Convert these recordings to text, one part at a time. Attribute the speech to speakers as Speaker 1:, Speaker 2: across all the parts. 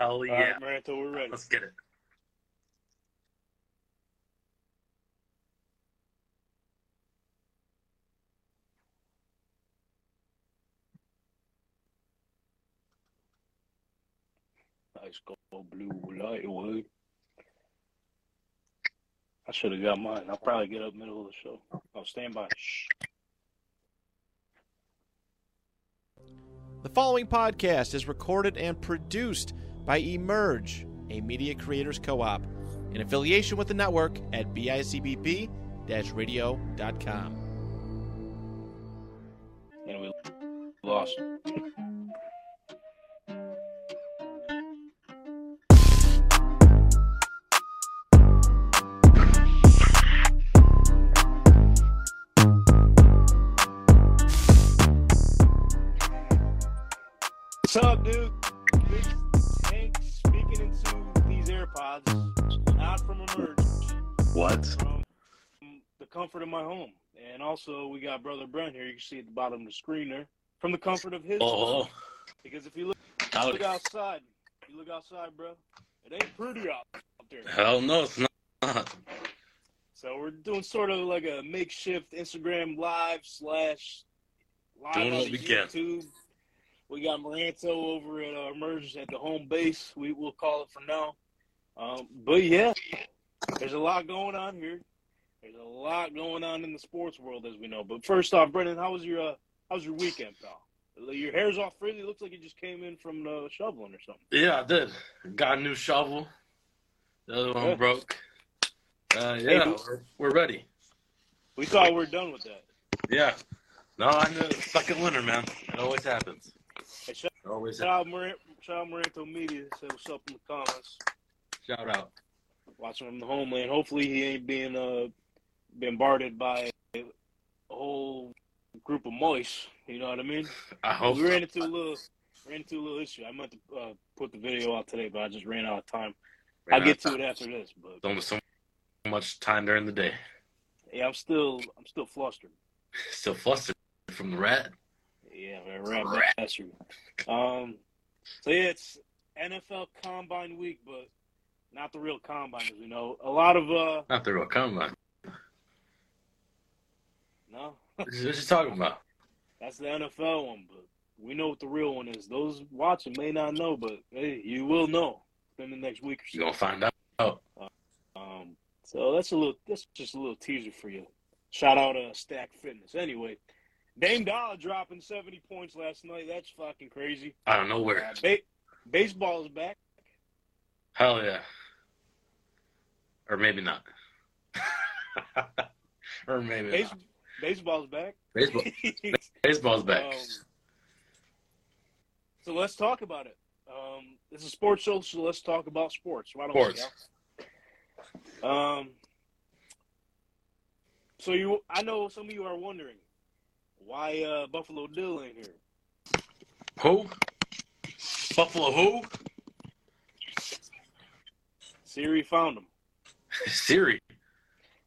Speaker 1: Hell
Speaker 2: All right,
Speaker 1: yeah.
Speaker 2: Marantha, we're ready.
Speaker 1: Let's get it.
Speaker 2: Ice cold blue light wood. I should have got mine. I'll probably get up middle of the show. I'll stand by. Shh.
Speaker 3: The following podcast is recorded and produced by Emerge, a media creators co op, in affiliation with the network at bicbp radio.com.
Speaker 2: And we lost. What's up, dude? This is Hank speaking into these AirPods, not from Emerge,
Speaker 1: What?
Speaker 2: from the comfort of my home. And also, we got Brother Brent here. You can see at the bottom of the screen there. From the comfort of his home.
Speaker 1: Oh,
Speaker 2: Because if you look,
Speaker 1: hell,
Speaker 2: look outside, you look outside, bro, it ain't pretty out, out there.
Speaker 1: hell no, it's not.
Speaker 2: So we're doing sort of like a makeshift Instagram live slash live
Speaker 1: Doing
Speaker 2: on
Speaker 1: what
Speaker 2: the
Speaker 1: we can.
Speaker 2: YouTube. We got Maranto over at uh, Emerge at the home base. We will call it for now. Um, but yeah, there's a lot going on here. There's a lot going on in the sports world, as we know. But first off, Brendan, how was your uh, how was your weekend, pal? Your hair's all frizzy. Looks like you just came in from the shoveling or something.
Speaker 1: Yeah, I did. Got a new shovel. The other one
Speaker 2: Yeah.
Speaker 1: broke. Uh, yeah,
Speaker 2: dude.
Speaker 1: we're, we're ready.
Speaker 2: We thought we were done with that.
Speaker 1: Yeah. No, I know. It's like a winter, man. It always happens.
Speaker 2: Hey, shout,
Speaker 1: It always
Speaker 2: shout out Mar- shout out Maranto Media. Say what's up in the comments.
Speaker 1: happens. Shout out.
Speaker 2: watching from the homeland. Hopefully, he ain't being uh bombarded by a whole group of mice. You know what I mean?
Speaker 1: I hope.
Speaker 2: we ran into a little ran into a little issue. I meant to uh, put the video out today, but I just ran out of time. I'll get to it after this. But
Speaker 1: Don't so much time during the day.
Speaker 2: yeah, I'm still I'm still flustered.
Speaker 1: Still flustered from the rat.
Speaker 2: Yeah, man, rap bastard. Um, so yeah, it's NFL Combine week, but not the real combine, as we know. A lot of uh,
Speaker 1: Not the real combine.
Speaker 2: no,
Speaker 1: What you what you talking about?
Speaker 2: That's the NFL one, but we know what the real one is. Those watching may not know, but hey, you will know in the next week
Speaker 1: You
Speaker 2: or
Speaker 1: gonna find out?
Speaker 2: so. Um, so that's a little, that's just a little teaser for you. Shout out uh, Stack Fitness. Anyway, Dame Dollar dropping seventy points last night. That's fucking crazy.
Speaker 1: I don't know where.
Speaker 2: Uh, ba- baseball is back.
Speaker 1: Hell yeah. Or maybe not. or maybe
Speaker 2: Base-
Speaker 1: not.
Speaker 2: baseball's back.
Speaker 1: Baseball. Baseball's back.
Speaker 2: Um, so let's talk about it. Um, it's a sports show, so let's talk about sports. Why don't we,
Speaker 1: Sports.
Speaker 2: Al? Um, so you, I know some of you are wondering why uh, Buffalo Bill ain't here.
Speaker 1: Who? Buffalo who?
Speaker 2: Siri found him.
Speaker 1: Siri.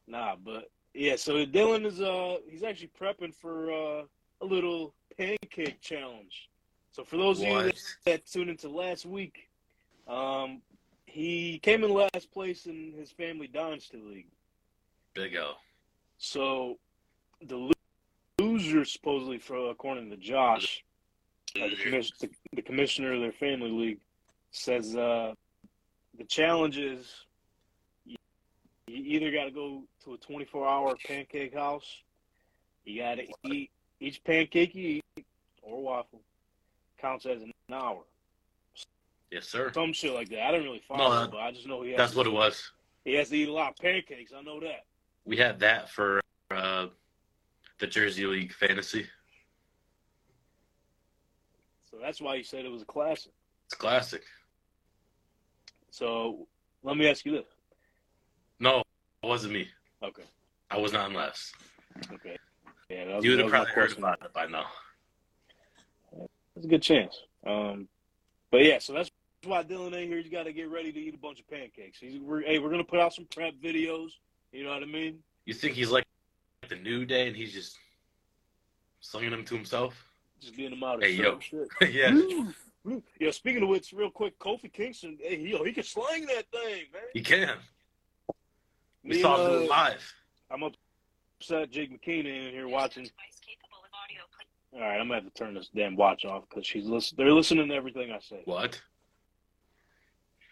Speaker 2: Nah, but yeah. So Dylan is uh he's actually prepping for uh, a little pancake challenge. So for those of you
Speaker 1: What?
Speaker 2: that, that tuned into last week, um, he came in last place in his family dynasty league.
Speaker 1: Big O.
Speaker 2: So the lo- loser, supposedly, for according to Josh, uh, the, commis- the, the commissioner of their family league, says uh, the challenge is you, you either got to go to a 24 hour pancake house, you got to eat each pancake you eat or waffle counts as an hour.
Speaker 1: Yes, sir.
Speaker 2: Some shit like that. I didn't really follow,
Speaker 1: No,
Speaker 2: it,
Speaker 1: that-
Speaker 2: but I just know he has,
Speaker 1: That's
Speaker 2: to,
Speaker 1: what it was.
Speaker 2: he has to eat a lot of pancakes. I know that.
Speaker 1: We had that for uh, the Jersey League fantasy.
Speaker 2: So that's why he said it was a classic.
Speaker 1: It's classic.
Speaker 2: So let me ask you this.
Speaker 1: No, it wasn't me.
Speaker 2: Okay.
Speaker 1: I was not in last.
Speaker 2: Okay. Yeah, that was,
Speaker 1: You would
Speaker 2: that
Speaker 1: have
Speaker 2: was my
Speaker 1: probably heard
Speaker 2: question.
Speaker 1: about it by now.
Speaker 2: That's a good chance. Um, but yeah, so that's why Dylan ain't here. He's got to get ready to eat a bunch of pancakes. He's, we're, hey, we're gonna put out some prep videos. You know what I mean?
Speaker 1: You think he's like the New Day and he's just slinging them to himself?
Speaker 2: Just getting him out of
Speaker 1: Hey, yo.
Speaker 2: certain shit.
Speaker 1: yeah.
Speaker 2: Woo! Yeah, speaking of which, real quick, Kofi Kingston, hey, he, he can slang that thing, man.
Speaker 1: He can. We
Speaker 2: Me,
Speaker 1: saw
Speaker 2: uh,
Speaker 1: him live.
Speaker 2: I'm upset Jake McKean in here watching. All right, I'm gonna have to turn this damn watch off because she's listen. They're listening to everything I say.
Speaker 1: What?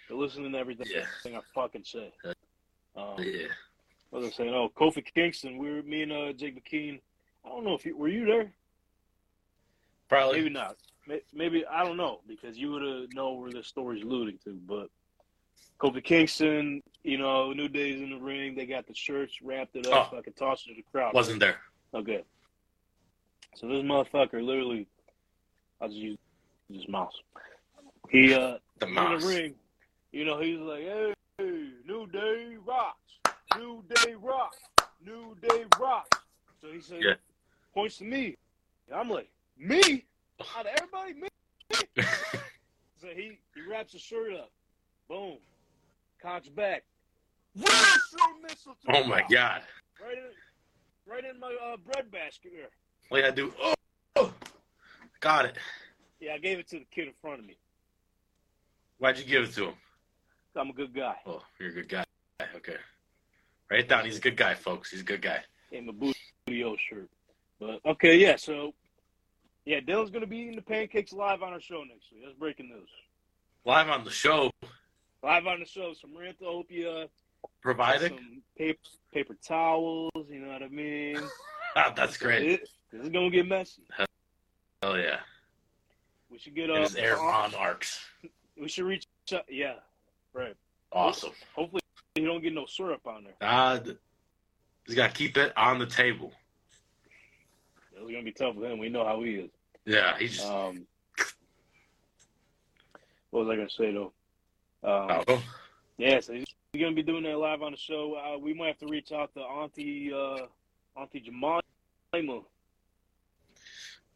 Speaker 2: They're listening to everything
Speaker 1: Yeah.
Speaker 2: I fucking say.
Speaker 1: Uh,
Speaker 2: Um,
Speaker 1: Yeah.
Speaker 2: what was I saying? Oh, Kofi Kingston. We were me and uh, Jake McKean. I don't know if you were you there.
Speaker 1: Probably.
Speaker 2: Maybe not. May- Maybe I don't know because you would have know where the story's alluding to. But Kofi Kingston, you know, New Day's in the ring. They got the shirts wrapped it up.
Speaker 1: Oh.
Speaker 2: Fucking tossed it to the crowd.
Speaker 1: Wasn't there.
Speaker 2: Okay. So this motherfucker literally, I just use his mouse. He uh
Speaker 1: The
Speaker 2: in
Speaker 1: mouse.
Speaker 2: the ring, you know, he's like, hey, new day rocks, new day rocks, new day rocks. So he says,
Speaker 1: Yeah.
Speaker 2: points to me. I'm like, me? Out of everybody, me? So he he wraps his shirt up, boom, cocks back. Russian missile to
Speaker 1: oh
Speaker 2: the
Speaker 1: my
Speaker 2: top.
Speaker 1: god.
Speaker 2: Right in, right in my uh, bread basket here.
Speaker 1: Wait, I do. Oh, oh. Got it.
Speaker 2: Yeah, I gave it to the kid in front of me.
Speaker 1: Why'd you give it to him?
Speaker 2: I'm a good guy.
Speaker 1: Oh, you're a good guy. Okay. Write it down. He's a good guy, folks. He's a good guy.
Speaker 2: In my booty shirt. But okay, yeah, so yeah, Dylan's gonna be eating the pancakes live on our show next week. That's breaking news.
Speaker 1: Live on the show,
Speaker 2: Live on the show, some rantopia,
Speaker 1: provided.
Speaker 2: some paper, paper towels, you know what I mean?
Speaker 1: Ah, that's great.
Speaker 2: It- this is gonna get messy.
Speaker 1: Hell yeah.
Speaker 2: We should get
Speaker 1: And
Speaker 2: uh,
Speaker 1: his air on arcs.
Speaker 2: we should reach out yeah. Right.
Speaker 1: Awesome.
Speaker 2: Hopefully you don't get no syrup on there.
Speaker 1: Uh, he's got to keep it on the table.
Speaker 2: It's gonna be tough for him. We know how he is.
Speaker 1: Yeah, he just.
Speaker 2: Um, what was I gonna say though? Um,
Speaker 1: Oh,
Speaker 2: yeah, so he's gonna be doing that live on the show. Uh, we might have to reach out to Auntie uh, Auntie Jemima.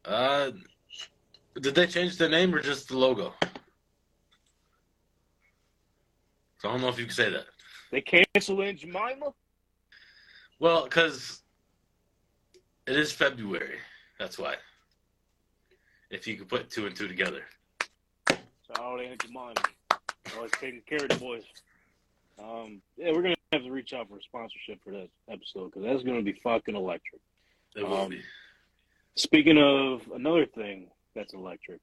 Speaker 1: Uh, did they change the name or just the logo? So I don't know if you can say that.
Speaker 2: They canceling Jemima?
Speaker 1: Well, because it is February. That's why. If you could put two and two together.
Speaker 2: So oh, they ain't Jemima. Oh, it's taking care of the boys. Um, yeah, we're gonna have to reach out for a sponsorship for this episode because that's gonna be fucking electric.
Speaker 1: It will
Speaker 2: Um,
Speaker 1: be.
Speaker 2: Speaking of another thing that's electric,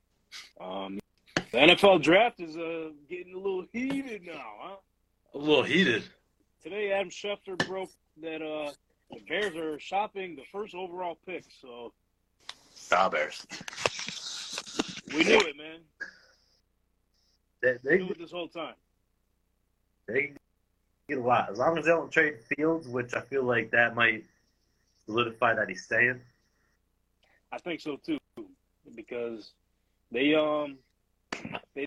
Speaker 2: um, the NFL draft is uh, getting a little heated now, huh?
Speaker 1: A little heated.
Speaker 2: Today, Adam Schefter broke that uh, the Bears are shopping the first overall pick, so
Speaker 1: Stop Bears.
Speaker 2: we knew it, man.
Speaker 4: They,
Speaker 2: We
Speaker 4: they,
Speaker 2: knew it this whole time.
Speaker 4: they get a lot. As long as they don't trade Fields, which I feel like that might solidify that he's staying.
Speaker 2: I think so too, because they um they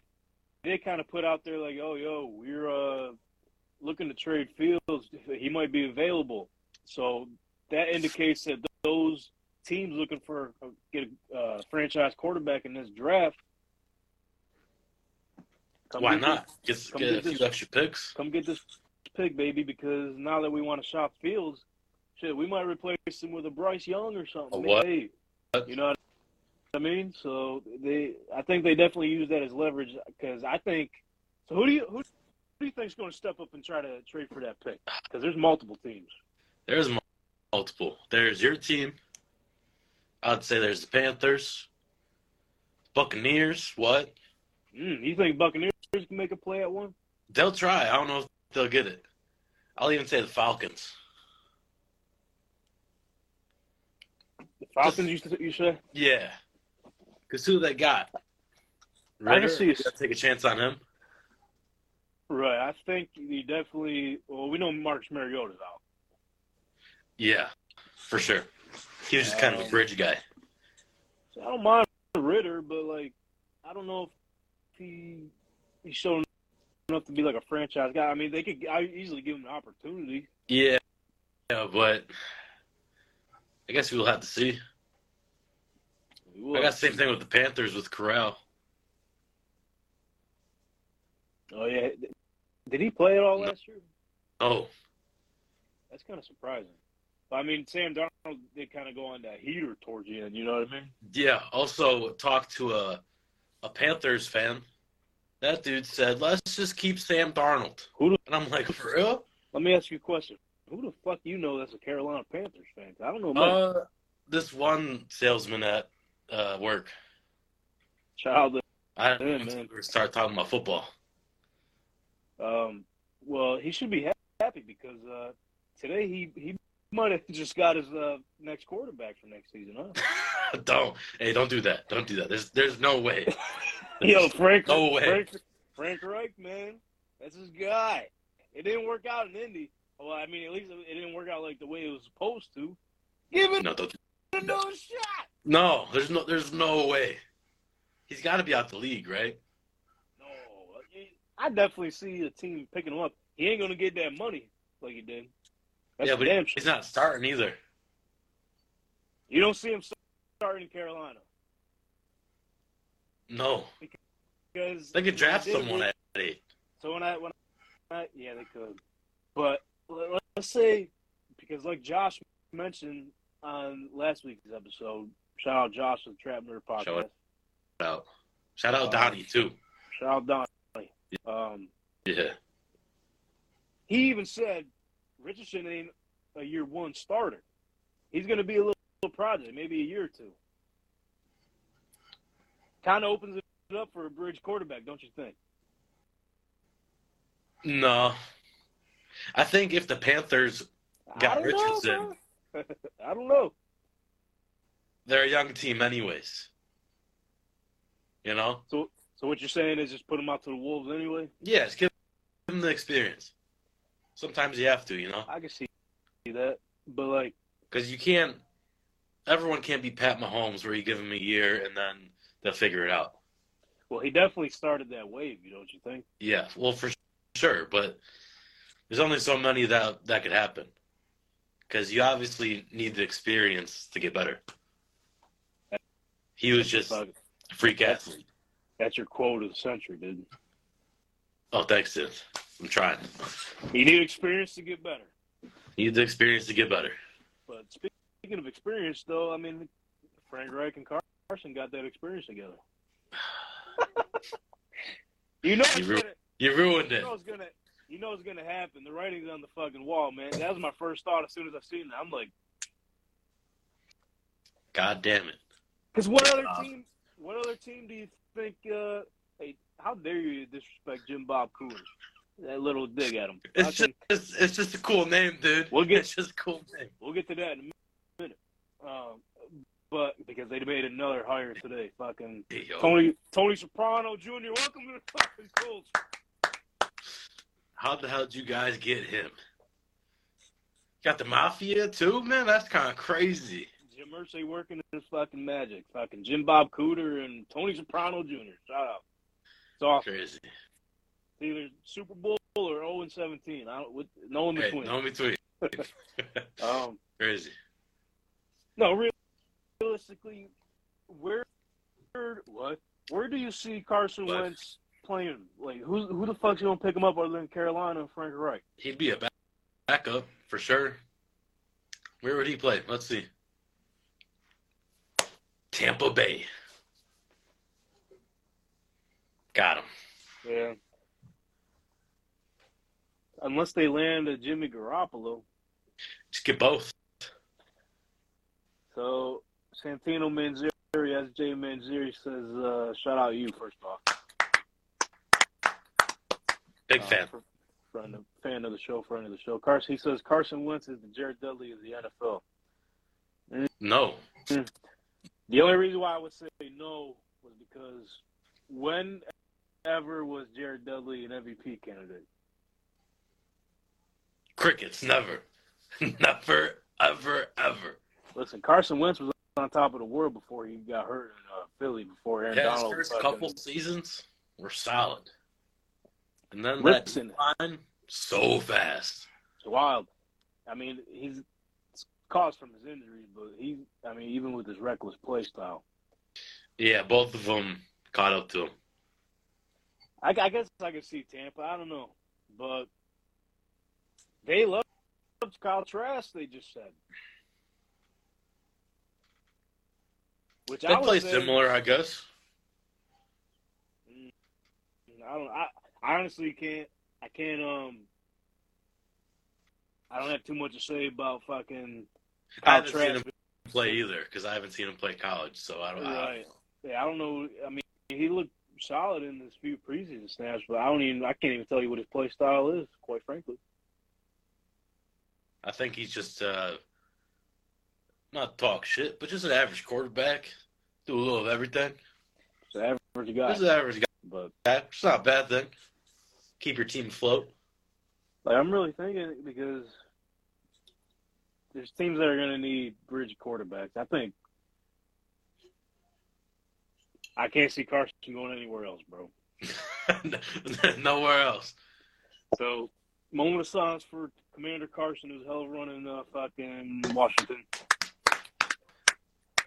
Speaker 2: they kind of put out there like, oh yo, we're uh looking to trade Fields. He might be available, so that indicates that those teams looking for get a uh, franchise quarterback in this draft. come
Speaker 1: Why
Speaker 2: get this-
Speaker 1: not? Just
Speaker 2: come
Speaker 1: get
Speaker 2: get
Speaker 1: a few
Speaker 2: this-
Speaker 1: extra picks.
Speaker 2: come get this pick, baby, because now that we want to shop Fields, shit, we might replace him with a Bryce Young or something.
Speaker 1: A what?
Speaker 2: Hey, you know what I mean? So they, I think they definitely use that as leverage because I think. So who do you who do you think's going to step up and try to trade for that pick? Because there's multiple teams.
Speaker 1: There's mul- multiple. There's your team. I'd say there's the Panthers, Buccaneers. What?
Speaker 2: Mm, you think Buccaneers can make a play at one?
Speaker 1: They'll try. I don't know if they'll get it. I'll even say the Falcons.
Speaker 2: The Falcons, you, you say?
Speaker 1: Yeah. Because who they got?
Speaker 2: I
Speaker 1: Ritter?
Speaker 2: can see it.
Speaker 1: Gotta Take a chance on him.
Speaker 2: Right. I think you definitely. Well, we know Marcus Mariota's out.
Speaker 1: Yeah, for sure. He was just kind of a
Speaker 2: Um,
Speaker 1: bridge guy.
Speaker 2: So I don't mind Ritter, but like, I don't know if he he showed enough to be like a franchise guy. I mean, they could I easily give him an opportunity.
Speaker 1: Yeah. Yeah, but I guess we'll have to see.
Speaker 2: He
Speaker 1: I
Speaker 2: was.
Speaker 1: got the same thing with the Panthers with Corral.
Speaker 2: Oh yeah, did he play at all
Speaker 1: No.
Speaker 2: last year?
Speaker 1: Oh,
Speaker 2: That's kind of surprising. But, I mean, Sam Darnold did kind of go on that heater towards the end. You know what I mean?
Speaker 1: yeah. Also, talked to a a Panthers fan. That dude said, "Let's just keep Sam Darnold."
Speaker 2: Who the,
Speaker 1: And I'm like, "For real?"
Speaker 2: let me ask you a question. Who the fuck you know that's a Carolina Panthers fan? 'Cause I don't know much.
Speaker 1: Uh, this one salesman at uh, work.
Speaker 2: Child.
Speaker 1: I had
Speaker 2: Yeah,
Speaker 1: him
Speaker 2: man.
Speaker 1: start talking about football.
Speaker 2: Um, well, he should be ha- happy because uh, today he he might have just got his uh, next quarterback for next season, huh?
Speaker 1: don't hey, don't do that. Don't do that. There's there's no way.
Speaker 2: Yo, Frank.
Speaker 1: No way.
Speaker 2: Frank, Frank Reich, man, that's his guy. It didn't work out in Indy. Well, I mean, at least it didn't work out like the way it was supposed to. Give it
Speaker 1: No, don't. do-
Speaker 2: another shot.
Speaker 1: No, there's no there's no way. He's got to be out the league, right?
Speaker 2: No, I definitely see a team picking him up. He ain't gonna get that money like he did. That's
Speaker 1: yeah, but
Speaker 2: damn sure.
Speaker 1: he's not starting either.
Speaker 2: You don't see him starting in Carolina
Speaker 1: No,
Speaker 2: because
Speaker 1: they could draft
Speaker 2: did it
Speaker 1: someone
Speaker 2: with-
Speaker 1: at eight.
Speaker 2: So when I when I yeah they could, but let- let's say because like Josh mentioned on last week's episode, shout out Josh of the Trap Nerd Podcast,
Speaker 1: Shout out. Out. Shout out
Speaker 2: Uh,
Speaker 1: Donnie too.
Speaker 2: shout out Donnie. Um,
Speaker 1: Yeah,
Speaker 2: he even said Richardson ain't a year one starter. He's going to be a little, little project, maybe a year or two. Kind of opens it up for a bridge quarterback, don't you think?
Speaker 1: no. I think if the Panthers,
Speaker 2: I
Speaker 1: Got
Speaker 2: don't know,
Speaker 1: Richardson.
Speaker 2: bro. I don't know.
Speaker 1: they're a young team anyways. You know,
Speaker 2: So, so what you're saying is just put him out to the wolves anyway?
Speaker 1: yes, give them the experience. Sometimes you have to, you know.
Speaker 2: I can see that, but like,
Speaker 1: Because you can't, everyone can't be Pat Mahomes where you give him a year and then they'll figure it out.
Speaker 2: well, he definitely started that wave. You don't you think?
Speaker 1: Yeah, well, for sure, but there's only so many that that could happen. Because you obviously need the experience to get better. He was just a
Speaker 2: Fuck,
Speaker 1: freak athlete.
Speaker 2: that's your quote of the century, dude.
Speaker 1: Oh, thanks, dude. I'm trying.
Speaker 2: You need experience to get better.
Speaker 1: Need the experience to get better.
Speaker 2: But speaking of experience, though, I mean, Frank Reich and Carson got that experience together. you know, it's
Speaker 1: You ru-
Speaker 2: gonna,
Speaker 1: You ruined
Speaker 2: you
Speaker 1: it.
Speaker 2: know it's gonna, you know it's gonna happen. The writing's on the fucking wall, man. That was my first thought as soon as I seen it. I'm like,
Speaker 1: God damn it.
Speaker 2: because what other
Speaker 1: Uh,
Speaker 2: team? What other team do you think? Uh, hey, how dare you disrespect Jim Bob Cooter? That little dig at him. I
Speaker 1: It's just,
Speaker 2: can-
Speaker 1: it's, it's just a cool name, dude.
Speaker 2: We'll get-
Speaker 1: it's just a cool name.
Speaker 2: We'll get to that in a minute. Um, but because they made another hire today, fucking
Speaker 1: Hey, yo.
Speaker 2: Tony Tony Soprano Jr. Welcome to the fucking Colts.
Speaker 1: How the hell did you guys get him? Got the mafia too, man. That's kind of crazy.
Speaker 2: Jim Irsay working his fucking magic. Fucking Jim Bob Cooter and Tony Soprano Jr. Shout out. It's awesome.
Speaker 1: Crazy.
Speaker 2: It's either Super Bowl or 0 and 17. I don't. With, no in
Speaker 1: Hey,
Speaker 2: between.
Speaker 1: no in between.
Speaker 2: Um,
Speaker 1: crazy.
Speaker 2: no, real, realistically, where, where what? Where do you see Carson
Speaker 1: What?
Speaker 2: Wentz playing? Like who who the fuck's gonna pick him up other than Carolina and Frank Reich?
Speaker 1: He'd be a back- backup for sure. Where would he play? Let's see. Tampa Bay. Got him.
Speaker 2: Yeah. Unless they land a Jimmy Garoppolo.
Speaker 1: Just get both.
Speaker 2: So Santino Manzeri, as Jay Manzeri says, uh, shout out you first off.
Speaker 1: Big
Speaker 2: Uh,
Speaker 1: fan.
Speaker 2: fr- Friend of, fan of the show, friend of the show. Carson, he says Carson Wentz is the Jared Dudley of the NFL.
Speaker 1: No.
Speaker 2: The only reason why I would say no was because whenever was Jared Dudley an MVP candidate?
Speaker 1: Crickets. Never. never, ever, ever.
Speaker 2: Listen, Carson Wentz was on top of the world before he got hurt in uh, Philly. Before Aaron
Speaker 1: Yeah, his
Speaker 2: Donald.
Speaker 1: first
Speaker 2: fucking-
Speaker 1: couple seasons were solid. And then
Speaker 2: Listen.
Speaker 1: that line so fast.
Speaker 2: It's wild. I mean, he's it's caused from his injuries, but he, I mean, even with his reckless play style.
Speaker 1: Yeah, both of them caught up to him.
Speaker 2: I, I guess I could see Tampa. I don't know, but they loved Kyle Trask. They just said, which
Speaker 1: They
Speaker 2: I would
Speaker 1: play
Speaker 2: say,
Speaker 1: similar, I guess.
Speaker 2: I don't. I, I honestly can't. I can't. Um. I don't have too much to say about fucking.
Speaker 1: I
Speaker 2: Kyle
Speaker 1: haven't seen
Speaker 2: Trask.
Speaker 1: him play either because I haven't seen him play college, so I don't. I,
Speaker 2: Right. Yeah, I don't know. I mean, he looked solid in this few preseason snaps, but I don't even. I can't even tell you what his play style is, quite frankly.
Speaker 1: I think he's just uh, not talk shit, but just an average quarterback. Do a little of everything.
Speaker 2: He's an average guy,
Speaker 1: Just an average
Speaker 2: but
Speaker 1: guy. It's not a bad thing. Keep your team afloat.
Speaker 2: like I'm really thinking because there's teams that are going to need bridge quarterbacks. I think I can't see Carson going anywhere else, bro.
Speaker 1: Nowhere else.
Speaker 2: So moment of silence for Commander Carson, who's hell running uh, fucking Washington.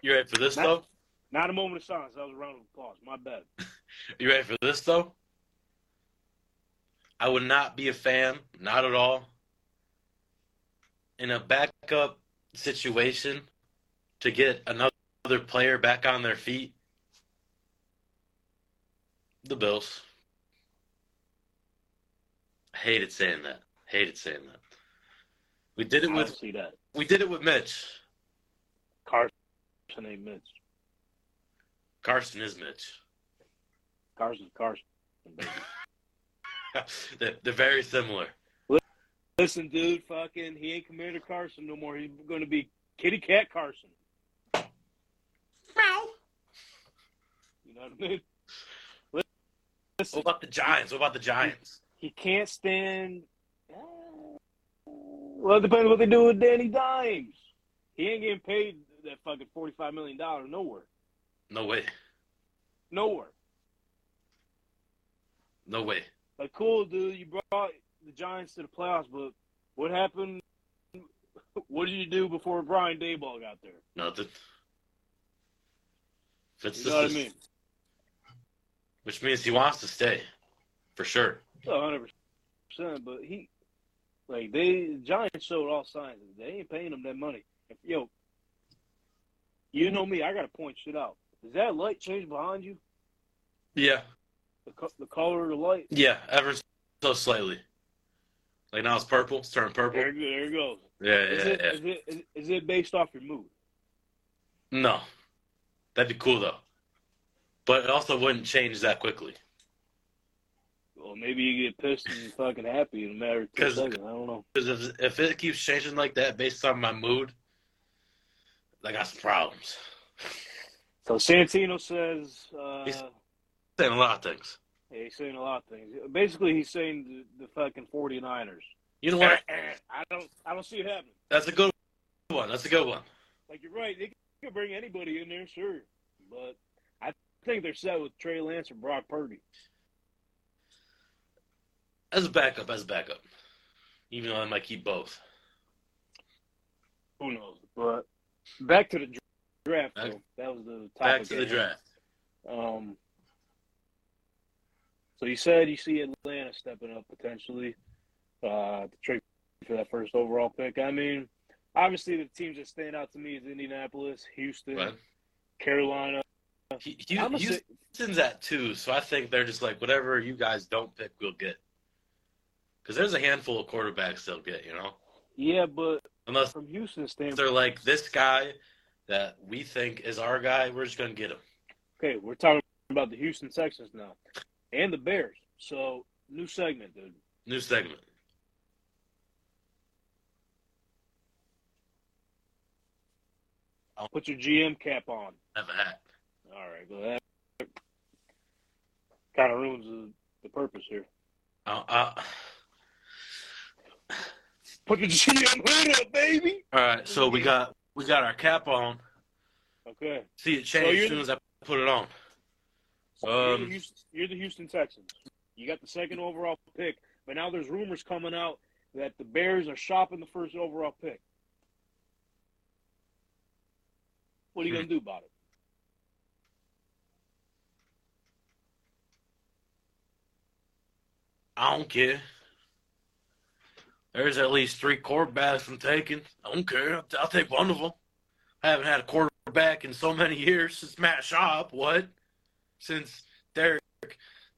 Speaker 1: You ready for this
Speaker 2: Not-
Speaker 1: though?
Speaker 2: Not a moment of silence. That was a round of applause. My bad.
Speaker 1: You ready for this though? I would not be a fan, not at all. In a backup situation, to get another another player back on their feet, the Bills. I hated saying that. Hated saying that. We did it
Speaker 2: I
Speaker 1: with
Speaker 2: don't see that.
Speaker 1: we did it with Mitch.
Speaker 2: Carson ain't Mitch.
Speaker 1: Carson is Mitch.
Speaker 2: Carson's Carson. baby.
Speaker 1: they're, they're very similar.
Speaker 2: Listen, dude, fucking, he ain't Commander Carson no more. He's going to be Kitty Cat Carson. You know what I mean? Li-
Speaker 1: What
Speaker 2: Listen,
Speaker 1: about the Giants? What about the Giants?
Speaker 2: he can't stand. uh, Well, it depends what they do with Danny Dimes. He ain't getting paid that fucking $45 million nowhere.
Speaker 1: No way.
Speaker 2: Nowhere.
Speaker 1: No way.
Speaker 2: Like, cool, dude, you brought the Giants to the playoffs, but what happened? What did you do before Brian Dayball got there?
Speaker 1: Nothing. If it's
Speaker 2: You
Speaker 1: just
Speaker 2: know what I
Speaker 1: this-
Speaker 2: mean?
Speaker 1: Which means he wants to stay, for sure.
Speaker 2: A hundred percent. But he, like they the Giants showed all signs that they ain't paying him that money. If- Yo, you know me, I gotta point shit out. Does that light change behind you?
Speaker 1: Yeah.
Speaker 2: The, co- the color of the light.
Speaker 1: Yeah, ever so slightly. Like now it's purple. It's turning purple.
Speaker 2: There,
Speaker 1: Yeah,
Speaker 2: it- there it goes. Is
Speaker 1: yeah,
Speaker 2: it,
Speaker 1: yeah.
Speaker 2: is it, is, is it based off your mood?
Speaker 1: No. That'd be cool though. But it also wouldn't change that quickly.
Speaker 2: Or maybe you get pissed and fucking happy in a matter of two
Speaker 1: 'Cause-
Speaker 2: seconds. I don't know.
Speaker 1: Because if, if it keeps changing like that based on my mood, I got some problems.
Speaker 2: So Santino says uh,
Speaker 1: He's- Saying a lot of things.
Speaker 2: yeah, he's saying a lot of things. Basically, he's saying the, the fucking 49ers.
Speaker 1: You know
Speaker 2: I
Speaker 1: what?
Speaker 2: don't, I don't see it happening.
Speaker 1: That's a good one. That's a good one.
Speaker 2: Like you're right, they could bring anybody in there, sure, but I think they're set with Trey Lance or Brock Purdy.
Speaker 1: As a backup, as a backup. Even though I might keep both.
Speaker 2: Who knows? But back to the dra- draft.
Speaker 1: Back-
Speaker 2: though. That was the topic.
Speaker 1: Back to the
Speaker 2: at hand.
Speaker 1: draft.
Speaker 2: Um. So you said you see Atlanta stepping up potentially uh, to trade for that first overall pick. I mean, obviously the teams that stand out to me is Indianapolis, Houston,
Speaker 1: Right.
Speaker 2: Carolina.
Speaker 1: Hu- Hu-
Speaker 2: I'm gonna say-
Speaker 1: Houston's at two, so I think they're just like whatever you guys don't pick, we'll get. Because there's a handful of quarterbacks they'll get, you know,
Speaker 2: yeah, but
Speaker 1: unless
Speaker 2: from Houston's standpoint.
Speaker 1: they're like this guy that we think is our guy, we're just gonna get him.
Speaker 2: Okay, we're talking about the Houston Texans now and the Bears. So, new segment, dude.
Speaker 1: New segment.
Speaker 2: Put your GM cap on.
Speaker 1: Have a hat.
Speaker 2: All right, well, that kind of ruins the, the purpose here.
Speaker 1: Uh, uh,
Speaker 2: Put your GM hood up, baby.
Speaker 1: all right, so we got we got our cap on.
Speaker 2: Okay.
Speaker 1: See it
Speaker 2: So
Speaker 1: change
Speaker 2: you're
Speaker 1: as soon
Speaker 2: the-
Speaker 1: as I put it on.
Speaker 2: So you're,
Speaker 1: Um,
Speaker 2: the Houston, you're the Houston Texans. You got the second overall pick, but now there's rumors coming out that the Bears are shopping the first overall pick. What are you
Speaker 1: Hmm.
Speaker 2: going to do about it?
Speaker 1: I don't care. There's at least three quarterbacks I'm taking. I don't care. I'll, I'll take one of them. I haven't had a quarterback in so many years since Matt Schaub. What? Since Derek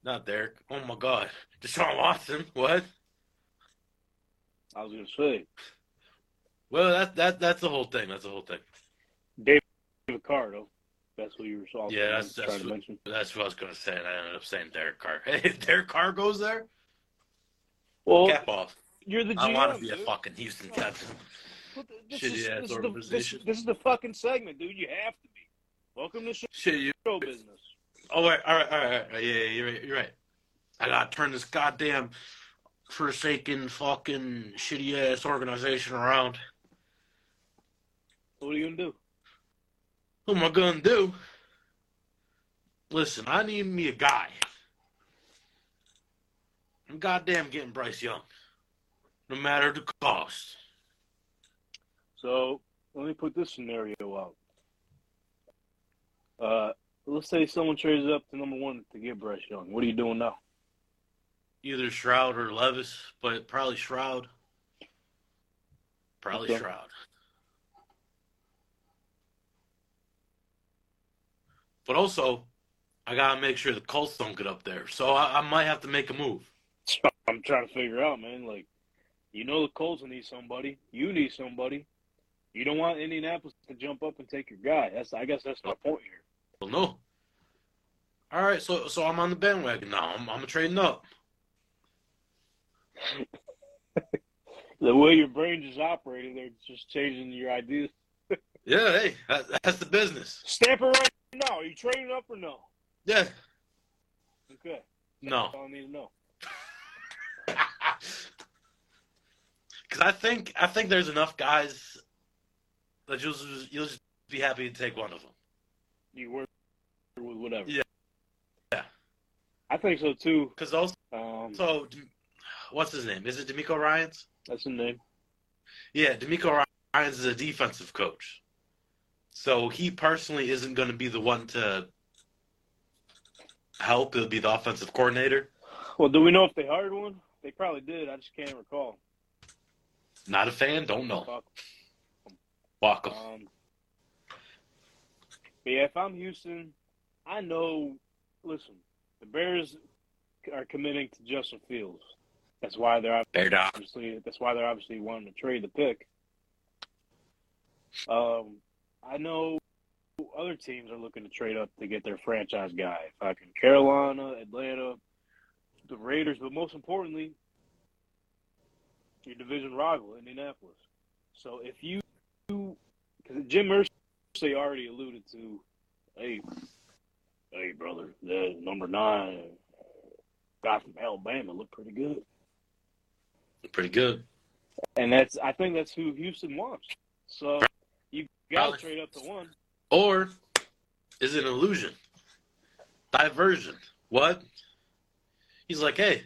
Speaker 1: Not Derek. Oh my God, Deshaun Watson. What?
Speaker 2: I was gonna say
Speaker 1: Well, that that that's the whole thing. That's the whole thing.
Speaker 2: David Ricardo. That's what you were also
Speaker 1: Yeah, that's-
Speaker 2: trying
Speaker 1: that's
Speaker 2: to
Speaker 1: what-
Speaker 2: mention.
Speaker 1: That's what I was gonna say, and I ended up saying Derek Carr. Hey, if Derek Carr goes there,
Speaker 2: Well,
Speaker 1: cap off.
Speaker 2: you're the GM.
Speaker 1: I want to be a
Speaker 2: dude.
Speaker 1: fucking Houston captain.
Speaker 2: What the- This
Speaker 1: shitty
Speaker 2: is,
Speaker 1: ass
Speaker 2: this, is the, this,
Speaker 1: organization.
Speaker 2: this is the fucking segment, dude. You have to be. Welcome to
Speaker 1: Shit, you.
Speaker 2: show business.
Speaker 1: Oh, wait, all right, all right, all right. Yeah, yeah, you're right. You're right. I gotta turn this goddamn forsaken, fucking shitty ass organization around.
Speaker 2: What are you gonna do?
Speaker 1: What am I gonna do? Listen, I need me a guy. I'm goddamn getting Bryce Young, no matter the cost.
Speaker 2: So let me put this scenario out. Uh, let's say someone trades up to number one to get Bryce Young. What are you doing now?
Speaker 1: Either Shroud or Levis, but probably Shroud. Probably
Speaker 2: Okay.
Speaker 1: Shroud. But also, I gotta make sure the Colts don't get up there, so I, I might have to make a move.
Speaker 2: I'm trying to figure out, man. Like, you know, the Colts need somebody. You need somebody. You don't want Indianapolis to jump up and take your guy. That's, I guess, that's my point here.
Speaker 1: Well, no. All right, so so I'm on the bandwagon now. I'm I'm trading up.
Speaker 2: The way your brain just operating, they're just changing your ideas.
Speaker 1: Yeah, hey, that, that's the business.
Speaker 2: Stamp it right now. Are you trading up or no?
Speaker 1: Yeah,
Speaker 2: Okay, that's
Speaker 1: no,
Speaker 2: all I need to know.
Speaker 1: because I think I think there's enough guys that you'll just- you'll just be happy to take one of them.
Speaker 2: You work with whatever.
Speaker 1: Yeah. Yeah.
Speaker 2: I think so too.
Speaker 1: Because also,
Speaker 2: Um,
Speaker 1: D- what's his name? Is it D'Amico Ryan's?
Speaker 2: that's the name.
Speaker 1: Yeah, D'Amico Ryan's is a defensive coach, so he personally isn't going to be the one to help. He'll be the offensive coordinator.
Speaker 2: Well, do we know if they hired one? They probably did. I just can't recall.
Speaker 1: Not a fan, don't know.
Speaker 2: Fuck.
Speaker 1: Walk 'em.
Speaker 2: Um, but yeah, if I'm Houston, I know. Listen, the Bears are committing to Justin Fields. That's why they're
Speaker 1: Bear down.
Speaker 2: obviously that's why they're obviously wanting to trade the pick. Um, I know other teams are looking to trade up to get their franchise guy. Fucking Carolina, Atlanta, the Raiders, but most importantly, your division rival, Indianapolis. So if you, because Jim Mercy already alluded to, hey, hey, brother, the number nine guy from Alabama looked pretty good.
Speaker 1: Pretty good.
Speaker 2: And that's I think that's who Houston wants. So you gotta
Speaker 1: Probably.
Speaker 2: trade up to one.
Speaker 1: Or is it an illusion? Diversion. What? He's like, hey,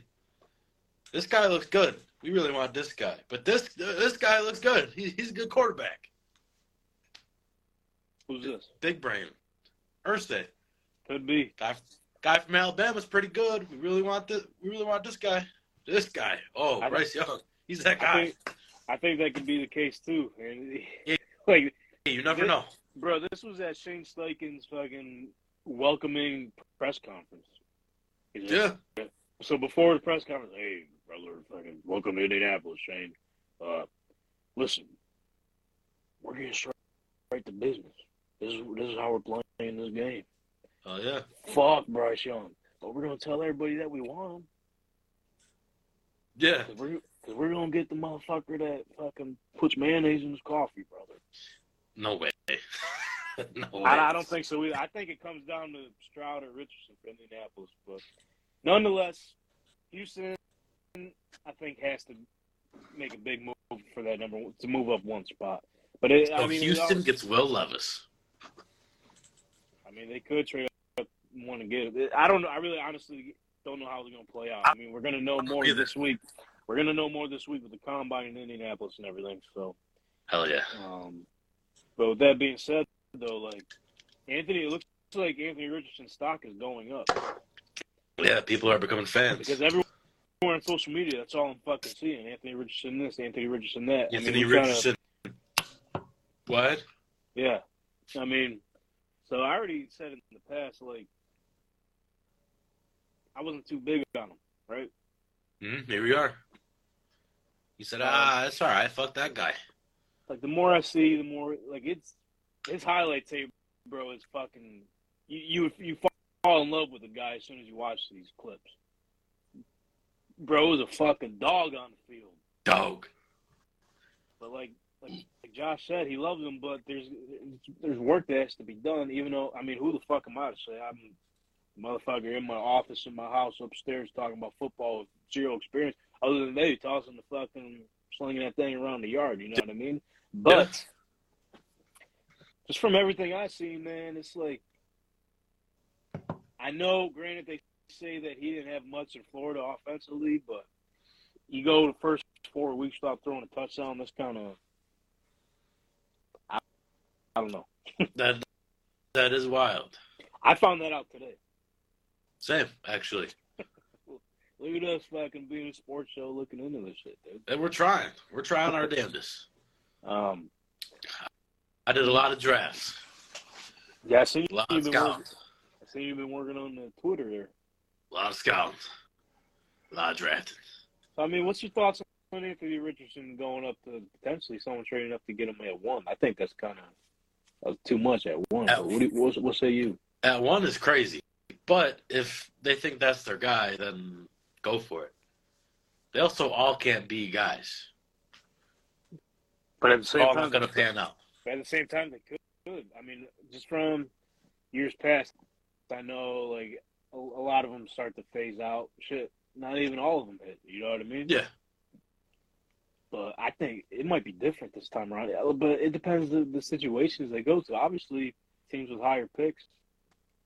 Speaker 1: this guy looks good. We really want this guy, but this this guy looks good. He, he's a good quarterback.
Speaker 2: Who's this?
Speaker 1: Big brain. Ursay,
Speaker 2: Could be.
Speaker 1: guy guy from Alabama's pretty good. We really want this. We really want this guy. This guy. Oh,
Speaker 2: I-
Speaker 1: Bryce Young. He's that
Speaker 2: I
Speaker 1: guy.
Speaker 2: think I think that could be the case too. And
Speaker 1: Yeah.
Speaker 2: like,
Speaker 1: Hey, you never
Speaker 2: thi-
Speaker 1: know.
Speaker 2: bro, this was at Shane Steichen's fucking welcoming press conference. He's like-
Speaker 1: Yeah.
Speaker 2: So before the press conference, hey brother, fucking welcome to Indianapolis, Shane. Uh, listen, we're gonna straight straight to business. This is this is how we're playing this game.
Speaker 1: Oh yeah.
Speaker 2: fuck Bryce Young. But we're gonna tell everybody that we want him.
Speaker 1: Yeah.
Speaker 2: Cause we're, cause we're gonna get the motherfucker that fucking puts mayonnaise in his coffee, brother.
Speaker 1: No way. no way.
Speaker 2: I, I don't think so either. I think it comes down to Stroud or Richardson for Indianapolis, but nonetheless, Houston, I think has to make a big move for that number one, to move up one spot. But it,
Speaker 1: Oh,
Speaker 2: I mean, it
Speaker 1: Houston
Speaker 2: also-
Speaker 1: gets Will Levis.
Speaker 2: I mean, they could trade up one and get it. I don't know. I really honestly don't know how it's going to play out. I mean, we're going to know more
Speaker 1: either.
Speaker 2: this week. We're going to know more this week with the combine in Indianapolis and everything. So,
Speaker 1: Hell yeah.
Speaker 2: um, but with that being said, though, like Anthony, it looks like Anthony Richardson's stock is going up
Speaker 1: Yeah, people are becoming fans.
Speaker 2: because everyone on social media, that's all I'm fucking seeing. Anthony Richardson this, Anthony Richardson that. I mean,
Speaker 1: Anthony
Speaker 2: we kinda-
Speaker 1: Richardson. What?
Speaker 2: Yeah. I mean, so I already said in the past, like, I wasn't too big on him, right?
Speaker 1: Mm, here we are. He
Speaker 2: Um,
Speaker 1: said, "Ah, it's all right. Fuck that guy."
Speaker 2: Like the more I see, the more like it's his highlight tape, bro. Is fucking you you you fall in love with the guy as soon as you watch these clips. Bro was a fucking dog on the field,
Speaker 1: Dog.
Speaker 2: but like like, like Josh said, he loves him, but there's there's work that has to be done. Even though I mean, who the fuck am I to say I'm a motherfucker in my office in my house upstairs talking about football with zero experience other than maybe tossing the fucking slinging that thing around the yard. You know what I mean? But just from everything I've seen, man, it's like I know. Granted, they say that he didn't have much in Florida offensively, but you go the first four weeks without throwing a touchdown. That's kind of I, I don't know.
Speaker 1: that that is wild.
Speaker 2: I found that out today.
Speaker 1: Same, actually.
Speaker 2: Look at us fucking being a sports show looking into this shit, dude.
Speaker 1: And we're trying. We're trying our damnedest.
Speaker 2: Um,
Speaker 1: I did a lot of drafts.
Speaker 2: yeah, I seen
Speaker 1: A
Speaker 2: you
Speaker 1: lot of
Speaker 2: been working,
Speaker 1: scouts.
Speaker 2: I seen you've been working on the Twitter there.
Speaker 1: A lot of scouts. A lot of drafting.
Speaker 2: So, I mean, what's your thoughts on Anthony Richardson going up to potentially someone trading up to get him at one? I think that's kind of too much at one.
Speaker 1: At-
Speaker 2: But what, do you, what, what say you?
Speaker 1: That one is crazy. But if they think that's their guy, then go for it. They also all can't be guys.
Speaker 2: But at the
Speaker 1: They're all not going to pan out.
Speaker 2: But at the same time, they could. could. I mean, just from years past, I know like a, a lot of them start to phase out. Shit, not even all of them hit. You know what I mean?
Speaker 1: Yeah.
Speaker 2: But I think it might be different this time around. But it depends the, the situations they go to. Obviously, teams with higher picks,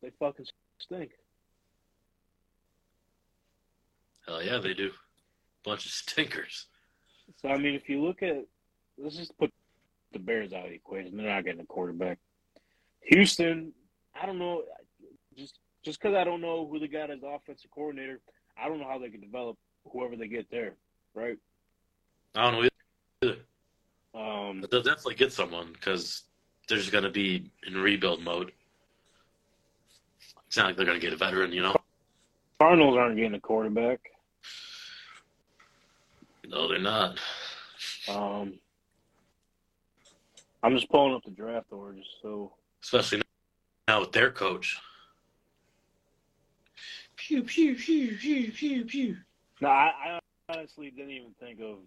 Speaker 2: they fucking stink.
Speaker 1: Hell yeah, they do. Bunch of stinkers.
Speaker 2: So I mean, if you look at, let's just put the Bears out of the equation. They're not getting a quarterback. Houston, I don't know. Just just because I don't know who they got as offensive coordinator, I don't know how they can develop whoever they get there, right?
Speaker 1: I don't know either.
Speaker 2: Um,
Speaker 1: But they'll definitely get someone because they're just going to be in rebuild mode. It's not like they're going to get a veteran, you know?
Speaker 2: Cardinals aren't getting a quarterback.
Speaker 1: No, they're not.
Speaker 2: Um, I'm just pulling up the draft orders. So
Speaker 1: Especially now with their coach. Pew, pew, pew, pew, pew, pew.
Speaker 2: no, I, I honestly didn't even think of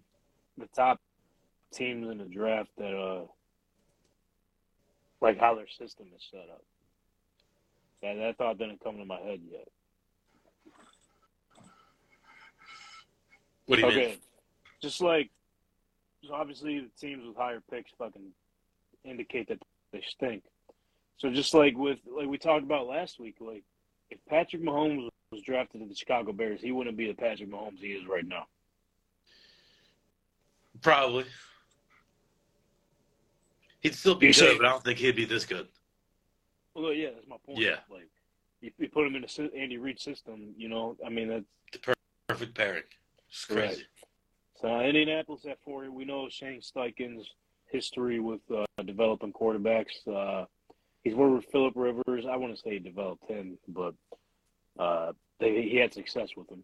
Speaker 2: the top teams in the draft that uh like how their system is set up. That that thought didn't come to my head yet.
Speaker 1: What do you
Speaker 2: okay.
Speaker 1: mean?
Speaker 2: Just like so obviously the teams with higher picks fucking indicate that they stink. So just like with like we talked about last week, like if Patrick Mahomes was drafted to the Chicago Bears, he wouldn't be the Patrick Mahomes he is right now.
Speaker 1: Probably. He'd still be
Speaker 2: You
Speaker 1: good,
Speaker 2: say-
Speaker 1: but I don't think he'd be this good.
Speaker 2: Well, yeah, that's my point.
Speaker 1: Yeah.
Speaker 2: Like if you put him in the sy- Andy Reid system, you know, I mean that's
Speaker 1: Perfect pairing. It's
Speaker 2: Right.
Speaker 1: crazy.
Speaker 2: So uh, Indianapolis at four, we know Shane Steichen's history with uh, developing quarterbacks. Uh, he's worked with Philip Rivers. I wouldn't say he developed him, but uh, they, he had success with him.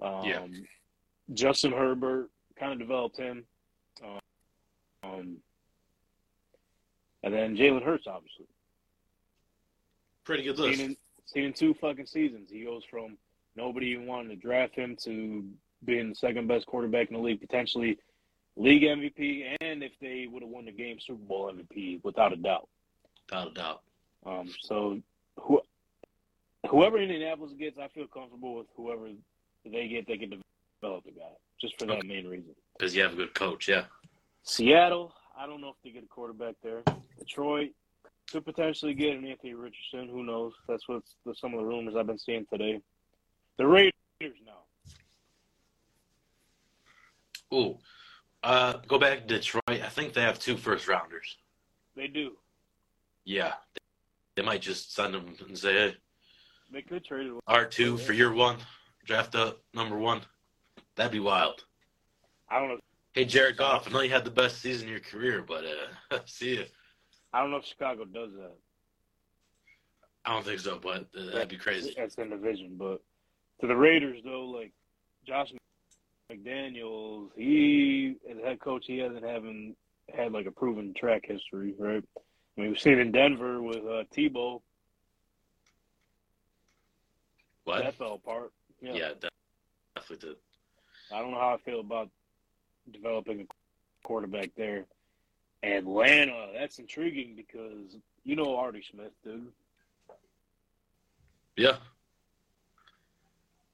Speaker 2: Um,
Speaker 1: Yeah.
Speaker 2: Justin Herbert kind of developed him, um, um, and then Jalen Hurts, obviously.
Speaker 1: Pretty good
Speaker 2: Seen
Speaker 1: list.
Speaker 2: in, seen in two fucking seasons, he goes from nobody even wanting to draft him to being the second best quarterback in the league, potentially league MVP, and if they would have won the game, Super Bowl MVP without a doubt.
Speaker 1: Without a doubt.
Speaker 2: Um, so who, whoever Indianapolis gets, I feel comfortable with whoever they get. They can develop the guy just for that main reason.
Speaker 1: Because you have a good coach, yeah.
Speaker 2: Seattle, I don't know if they get a quarterback there. Detroit could potentially get an Anthony Richardson. Who knows? That's what that's some of the rumors I've been seeing today. The Raiders now.
Speaker 1: Ooh. Uh, go back to Detroit. I think they have two first rounders.
Speaker 2: They do.
Speaker 1: Yeah. They might just send them and say, hey,
Speaker 2: They could trade it.
Speaker 1: R2 for year one, draft up number one. That'd be wild.
Speaker 2: I don't know.
Speaker 1: Hey, Jared Goff, I know you had the best season of your career, but uh, see ya.
Speaker 2: I don't know if Chicago does that.
Speaker 1: I don't think so, but uh, that'd be crazy.
Speaker 2: That's in the division, but to the Raiders though, like Josh McDaniels, he as head coach, he hasn't having had like a proven track history, right? I mean, we've seen in Denver with uh, Tebow
Speaker 1: What?
Speaker 2: that fell apart. Yeah.
Speaker 1: yeah, that definitely did.
Speaker 2: I don't know how I feel about developing a quarterback there. Atlanta, that's intriguing because you know Artie Smith, dude.
Speaker 1: Yeah.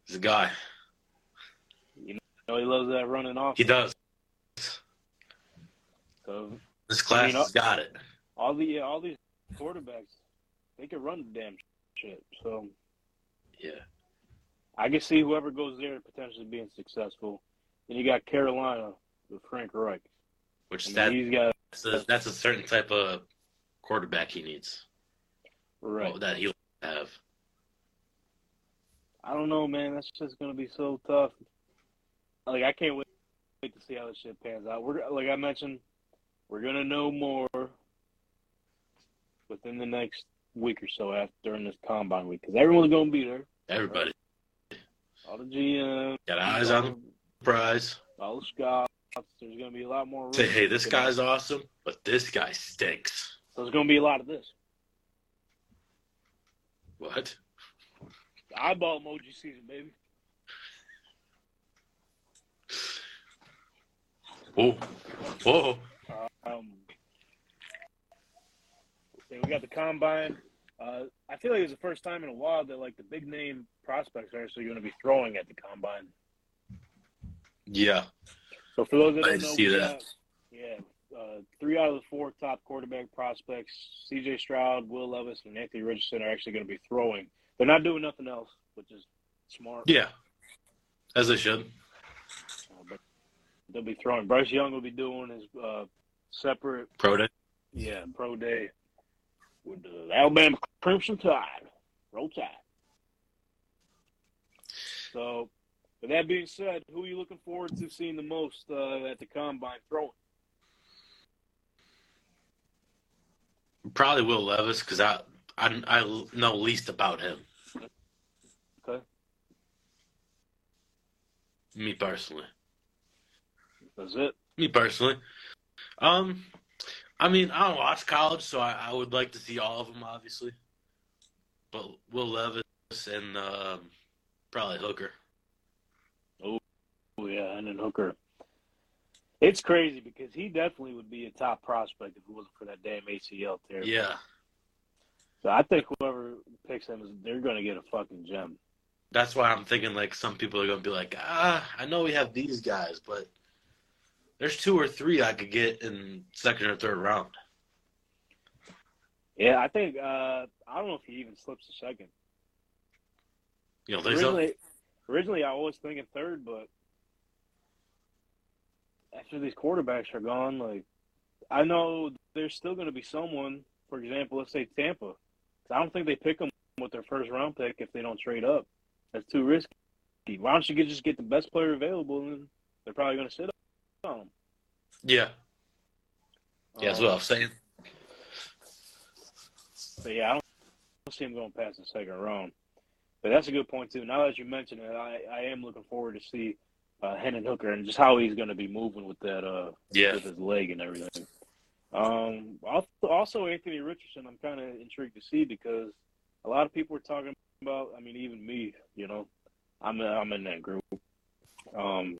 Speaker 1: He's a guy.
Speaker 2: You know he loves that running off.
Speaker 1: He does.
Speaker 2: So
Speaker 1: This class
Speaker 2: I mean,
Speaker 1: has got it.
Speaker 2: all the yeah, all these quarterbacks, they can run the damn shit. So
Speaker 1: Yeah.
Speaker 2: I can see whoever goes there potentially being successful. Then you got Carolina with Frank Reich.
Speaker 1: Which
Speaker 2: I mean,
Speaker 1: that,
Speaker 2: he's got
Speaker 1: that's, a, that's a certain type of quarterback he needs. Oh,
Speaker 2: right.
Speaker 1: That he'll have.
Speaker 2: I don't know, man. That's just gonna be so tough. Like I can't wait, wait to see how this shit pans out. We're like I mentioned, we're gonna know more within the next week or so after during this combine week because everyone's gonna be there.
Speaker 1: Everybody
Speaker 2: All the GMs,
Speaker 1: got eyes on the prize.
Speaker 2: all the scouts. There's gonna be a lot more.
Speaker 1: Say, hey, this
Speaker 2: rumors.
Speaker 1: guy's awesome, but this guy stinks.
Speaker 2: So there's gonna be a lot of this.
Speaker 1: What?
Speaker 2: Eyeball emoji season, baby.
Speaker 1: Whoa. Whoa.
Speaker 2: Um, okay, we got the combine. Uh, I feel like it's the first time in a while that like the big name prospects are actually going to be throwing at the combine.
Speaker 1: Yeah.
Speaker 2: So for those that
Speaker 1: I
Speaker 2: don't know,
Speaker 1: see
Speaker 2: we
Speaker 1: that.
Speaker 2: got- yeah, uh, three out of the four top quarterback prospects, C.J. Stroud, Will Levis, and Anthony Richardson, are actually going to be throwing. They're not doing nothing else, which is smart.
Speaker 1: Yeah. As they should.
Speaker 2: Uh, but they'll be throwing. Bryce Young will be doing his uh, separate
Speaker 1: Pro day.
Speaker 2: Yeah, pro day with the Alabama Crimson Tide. Roll Tide. So, with that being said, who are you looking forward to seeing the most uh, at the combine throwing?
Speaker 1: Probably Will Levis because I, I I know least about him.
Speaker 2: Okay.
Speaker 1: Me personally.
Speaker 2: That's it.
Speaker 1: Me personally. Um, I mean, I don't watch college, so I, I would like to see all of them, obviously. But Will Levis and um, probably Hooker.
Speaker 2: Oh yeah, and then Hooker. It's crazy because he definitely would be a top prospect if it wasn't for that damn ACL tear.
Speaker 1: Yeah,
Speaker 2: So I think whoever picks him is they're going to get a fucking gem.
Speaker 1: that's why I'm thinking like some people are gonna be like, ah, I know we have these guys, but there's two or three I could get in second or third round.
Speaker 2: Yeah, I think uh, I don't know if he even slips a second.
Speaker 1: You know, there's
Speaker 2: Originally, originally, I was thinking third, but after these quarterbacks are gone, like I know there's still going to be someone. For example, let's say Tampa. 'Cause I don't think they pick them with their first round pick if they don't trade up. That's too risky. Why don't you get, just get the best player available, and they're probably going to sit on them.
Speaker 1: yeah, yeah, that's what
Speaker 2: Um,
Speaker 1: I'm saying.
Speaker 2: But yeah, I don't, I don't see him going past the second round. But that's a good point too. Now that you mention it, I, I am looking forward to see uh, Hendon Hooker and just how he's going to be moving with that uh
Speaker 1: Yeah,
Speaker 2: with his leg and everything. Um, al- also Anthony Richardson, I'm kind of intrigued to see because a lot of people were talking about. I mean, even me, you know, I'm I'm in that group. Um,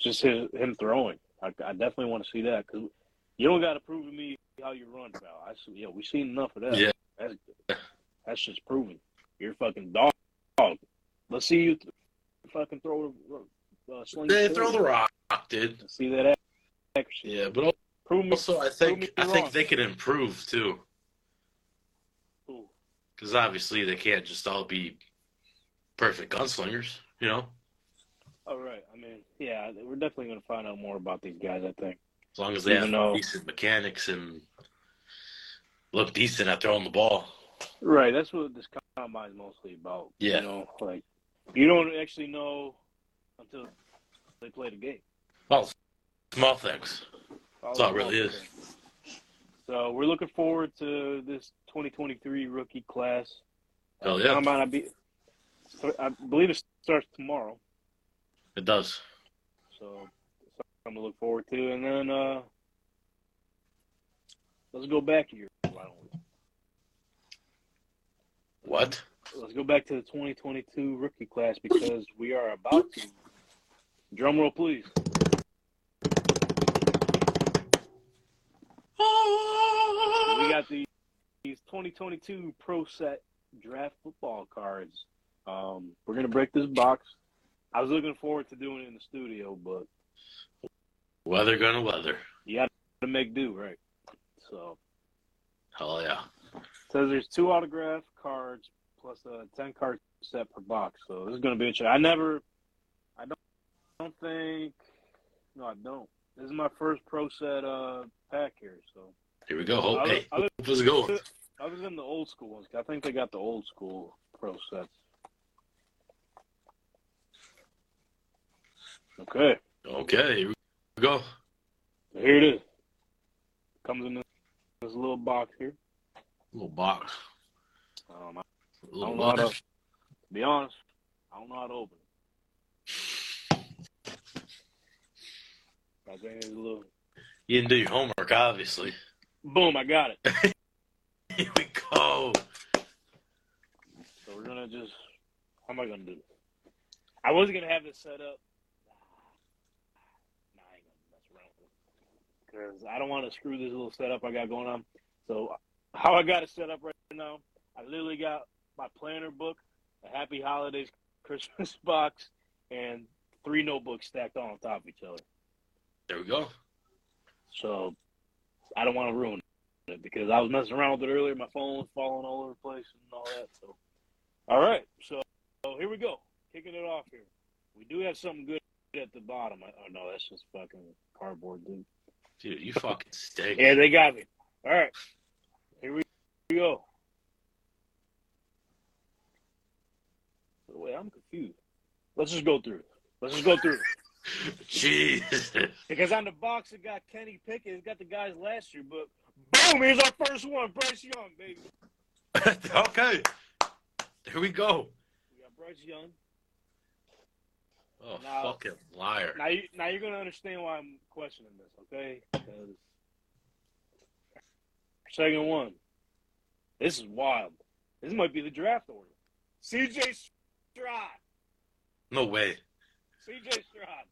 Speaker 2: just his, him throwing. I, I definitely want to see that because you don't got to prove to me how you run, pal. I see, yeah, we've seen enough of that.
Speaker 1: yeah,
Speaker 2: That's that's just proven. You're a fucking dog. Let's see you th- fucking throw the uh, sling.
Speaker 1: they
Speaker 2: the
Speaker 1: throw the
Speaker 2: ball.
Speaker 1: rock, dude.
Speaker 2: Let's see that accuracy.
Speaker 1: Yeah, but
Speaker 2: Prove me.
Speaker 1: also I
Speaker 2: me
Speaker 1: think I
Speaker 2: wrong.
Speaker 1: think they can improve too.
Speaker 2: Ooh,
Speaker 1: because obviously they can't just all be perfect gunslingers, you know.
Speaker 2: All right. I mean, yeah, we're definitely going to find out more about these guys. I think.
Speaker 1: As long as they have
Speaker 2: Even though-
Speaker 1: decent mechanics and look decent at throwing the ball.
Speaker 2: Right. That's what this combine is mostly about.
Speaker 1: Yeah.
Speaker 2: You know, like you don't actually know until they play the game.
Speaker 1: Well, small things.
Speaker 2: That's
Speaker 1: all it really is.
Speaker 2: So we're looking forward to this 2023 rookie class.
Speaker 1: Hell
Speaker 2: Uh,
Speaker 1: Oh, yeah.
Speaker 2: Combine, I, be, I believe it starts tomorrow,
Speaker 1: It does.
Speaker 2: so it's something to look forward to. And then uh, let's go back a year. Why don't we?
Speaker 1: What?
Speaker 2: Let's go back to the 2022 rookie class because we are about to. Drum roll, please. We got the, these 2022 Pro Set Draft Football cards. Um, we're gonna break this box. I was looking forward to doing it in the studio, but
Speaker 1: Weather gonna weather.
Speaker 2: you got to make do, right? So
Speaker 1: Hell yeah.
Speaker 2: says there's two autograph cards plus a 10 card set per box. So this is gonna be interesting. I never, I don't, I don't think. No, I don't. This is my first Pro Set uh, pack here, so.
Speaker 1: Here we go. Hope,
Speaker 2: Other-
Speaker 1: hey,
Speaker 2: other-
Speaker 1: hope is going.
Speaker 2: Other than the old school ones, I think they got the old school pro sets. Okay,
Speaker 1: Okay, here we go.
Speaker 2: so here it is. Comes in this, this little box here.
Speaker 1: Little box.
Speaker 2: Um, I
Speaker 1: Little
Speaker 2: don't know how to,
Speaker 1: box.
Speaker 2: to be honest. I don't know how to open it. I think it's a little.
Speaker 1: You didn't do your homework, obviously.
Speaker 2: Boom! I got it.
Speaker 1: Here we go.
Speaker 2: So we're gonna just. How am I gonna do this? I was gonna have this set up. Nah, I ain't gonna mess around with it because I don't want to screw this little setup I got going on. So how I got it set up right now, I literally got my planner book, a Happy Holidays Christmas box, and three notebooks stacked on top of each other.
Speaker 1: There we go.
Speaker 2: So I don't want to ruin it because I was messing around with it earlier. My phone was falling all over the place and all that. So, all right. So, so here we go. Kicking it off here. We do have something good at the bottom. I, oh no, that's just fucking cardboard, dude.
Speaker 1: Dude, you fucking stink.
Speaker 2: Yeah, they got me. All right. Here we here we go. Wait, I'm confused. Let's just go through. it. Let's just go through. it.
Speaker 1: Jesus.
Speaker 2: Because on the box it got Kenny Pickett, it's got the guys last year, but boom, here's our first one, Bryce Young, baby.
Speaker 1: okay. Here we go.
Speaker 2: We got Bryce Young.
Speaker 1: Oh,
Speaker 2: Now-
Speaker 1: fucking liar.
Speaker 2: Now, you, now you're gonna understand why I'm questioning this, okay? Because second one, this is wild. This might be the draft order. C.J. Stroud,
Speaker 1: No way.
Speaker 2: C.J. Stroud.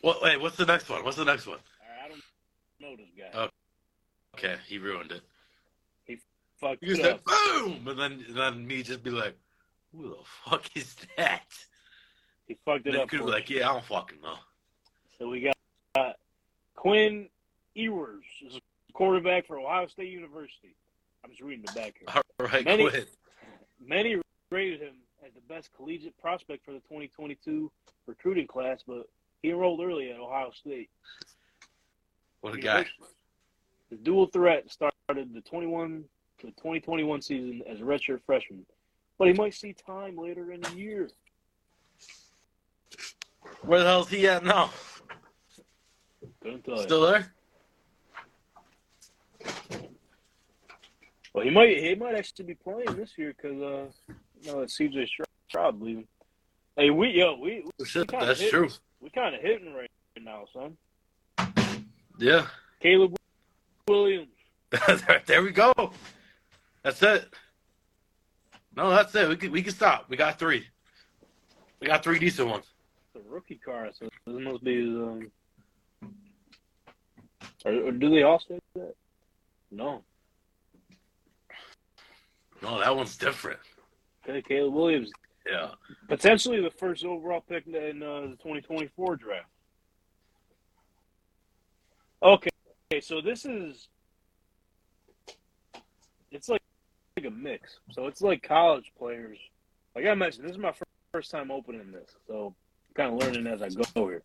Speaker 1: What, wait, what's the next one? What's the next one?
Speaker 2: All right, I don't know this guy.
Speaker 1: Oh. Okay, he ruined it.
Speaker 2: Fuck
Speaker 1: You
Speaker 2: it
Speaker 1: said
Speaker 2: up.
Speaker 1: boom, and then and then me just be like, "Who the fuck is that?"
Speaker 2: He fucked
Speaker 1: And
Speaker 2: it
Speaker 1: then
Speaker 2: up.
Speaker 1: could be
Speaker 2: for us.
Speaker 1: like, "Yeah, I don't fucking know."
Speaker 2: So we got uh, Quinn Ewers, is a quarterback for Ohio State University. I'm just reading the back here.
Speaker 1: All right,
Speaker 2: Many-
Speaker 1: quit.
Speaker 2: Many rated him as the best collegiate prospect for the 2022 recruiting class, but he enrolled early at Ohio State.
Speaker 1: What a guy.
Speaker 2: The dual threat started the 21 the 2021 season as a redshirt freshman, but he might see time later in the year.
Speaker 1: Where the hell's he at now?
Speaker 2: Couldn't tell you.
Speaker 1: Still there?
Speaker 2: Well, he might he might actually be playing this year because uh, no, it's CJ Stroud leaving. Hey, we yo we
Speaker 1: Shit,
Speaker 2: kinda
Speaker 1: that's
Speaker 2: hit-
Speaker 1: true.
Speaker 2: we kind of hitting right now, son.
Speaker 1: Yeah,
Speaker 2: Caleb Williams.
Speaker 1: there, there we go. That's it. No, that's it. We can we can stop. We got three. We got three decent ones.
Speaker 2: It's a rookie card, so this must be his. Um... Or, or do they all say that? No.
Speaker 1: No, that one's different.
Speaker 2: Okay, Caleb Williams,
Speaker 1: Yeah.
Speaker 2: potentially the first overall pick in uh, the 2024 draft. Okay, okay, so this is. It's like, like a mix. So it's like college players. Like I mentioned, this is my fir- first time opening this, so I'm kind of learning as I go here.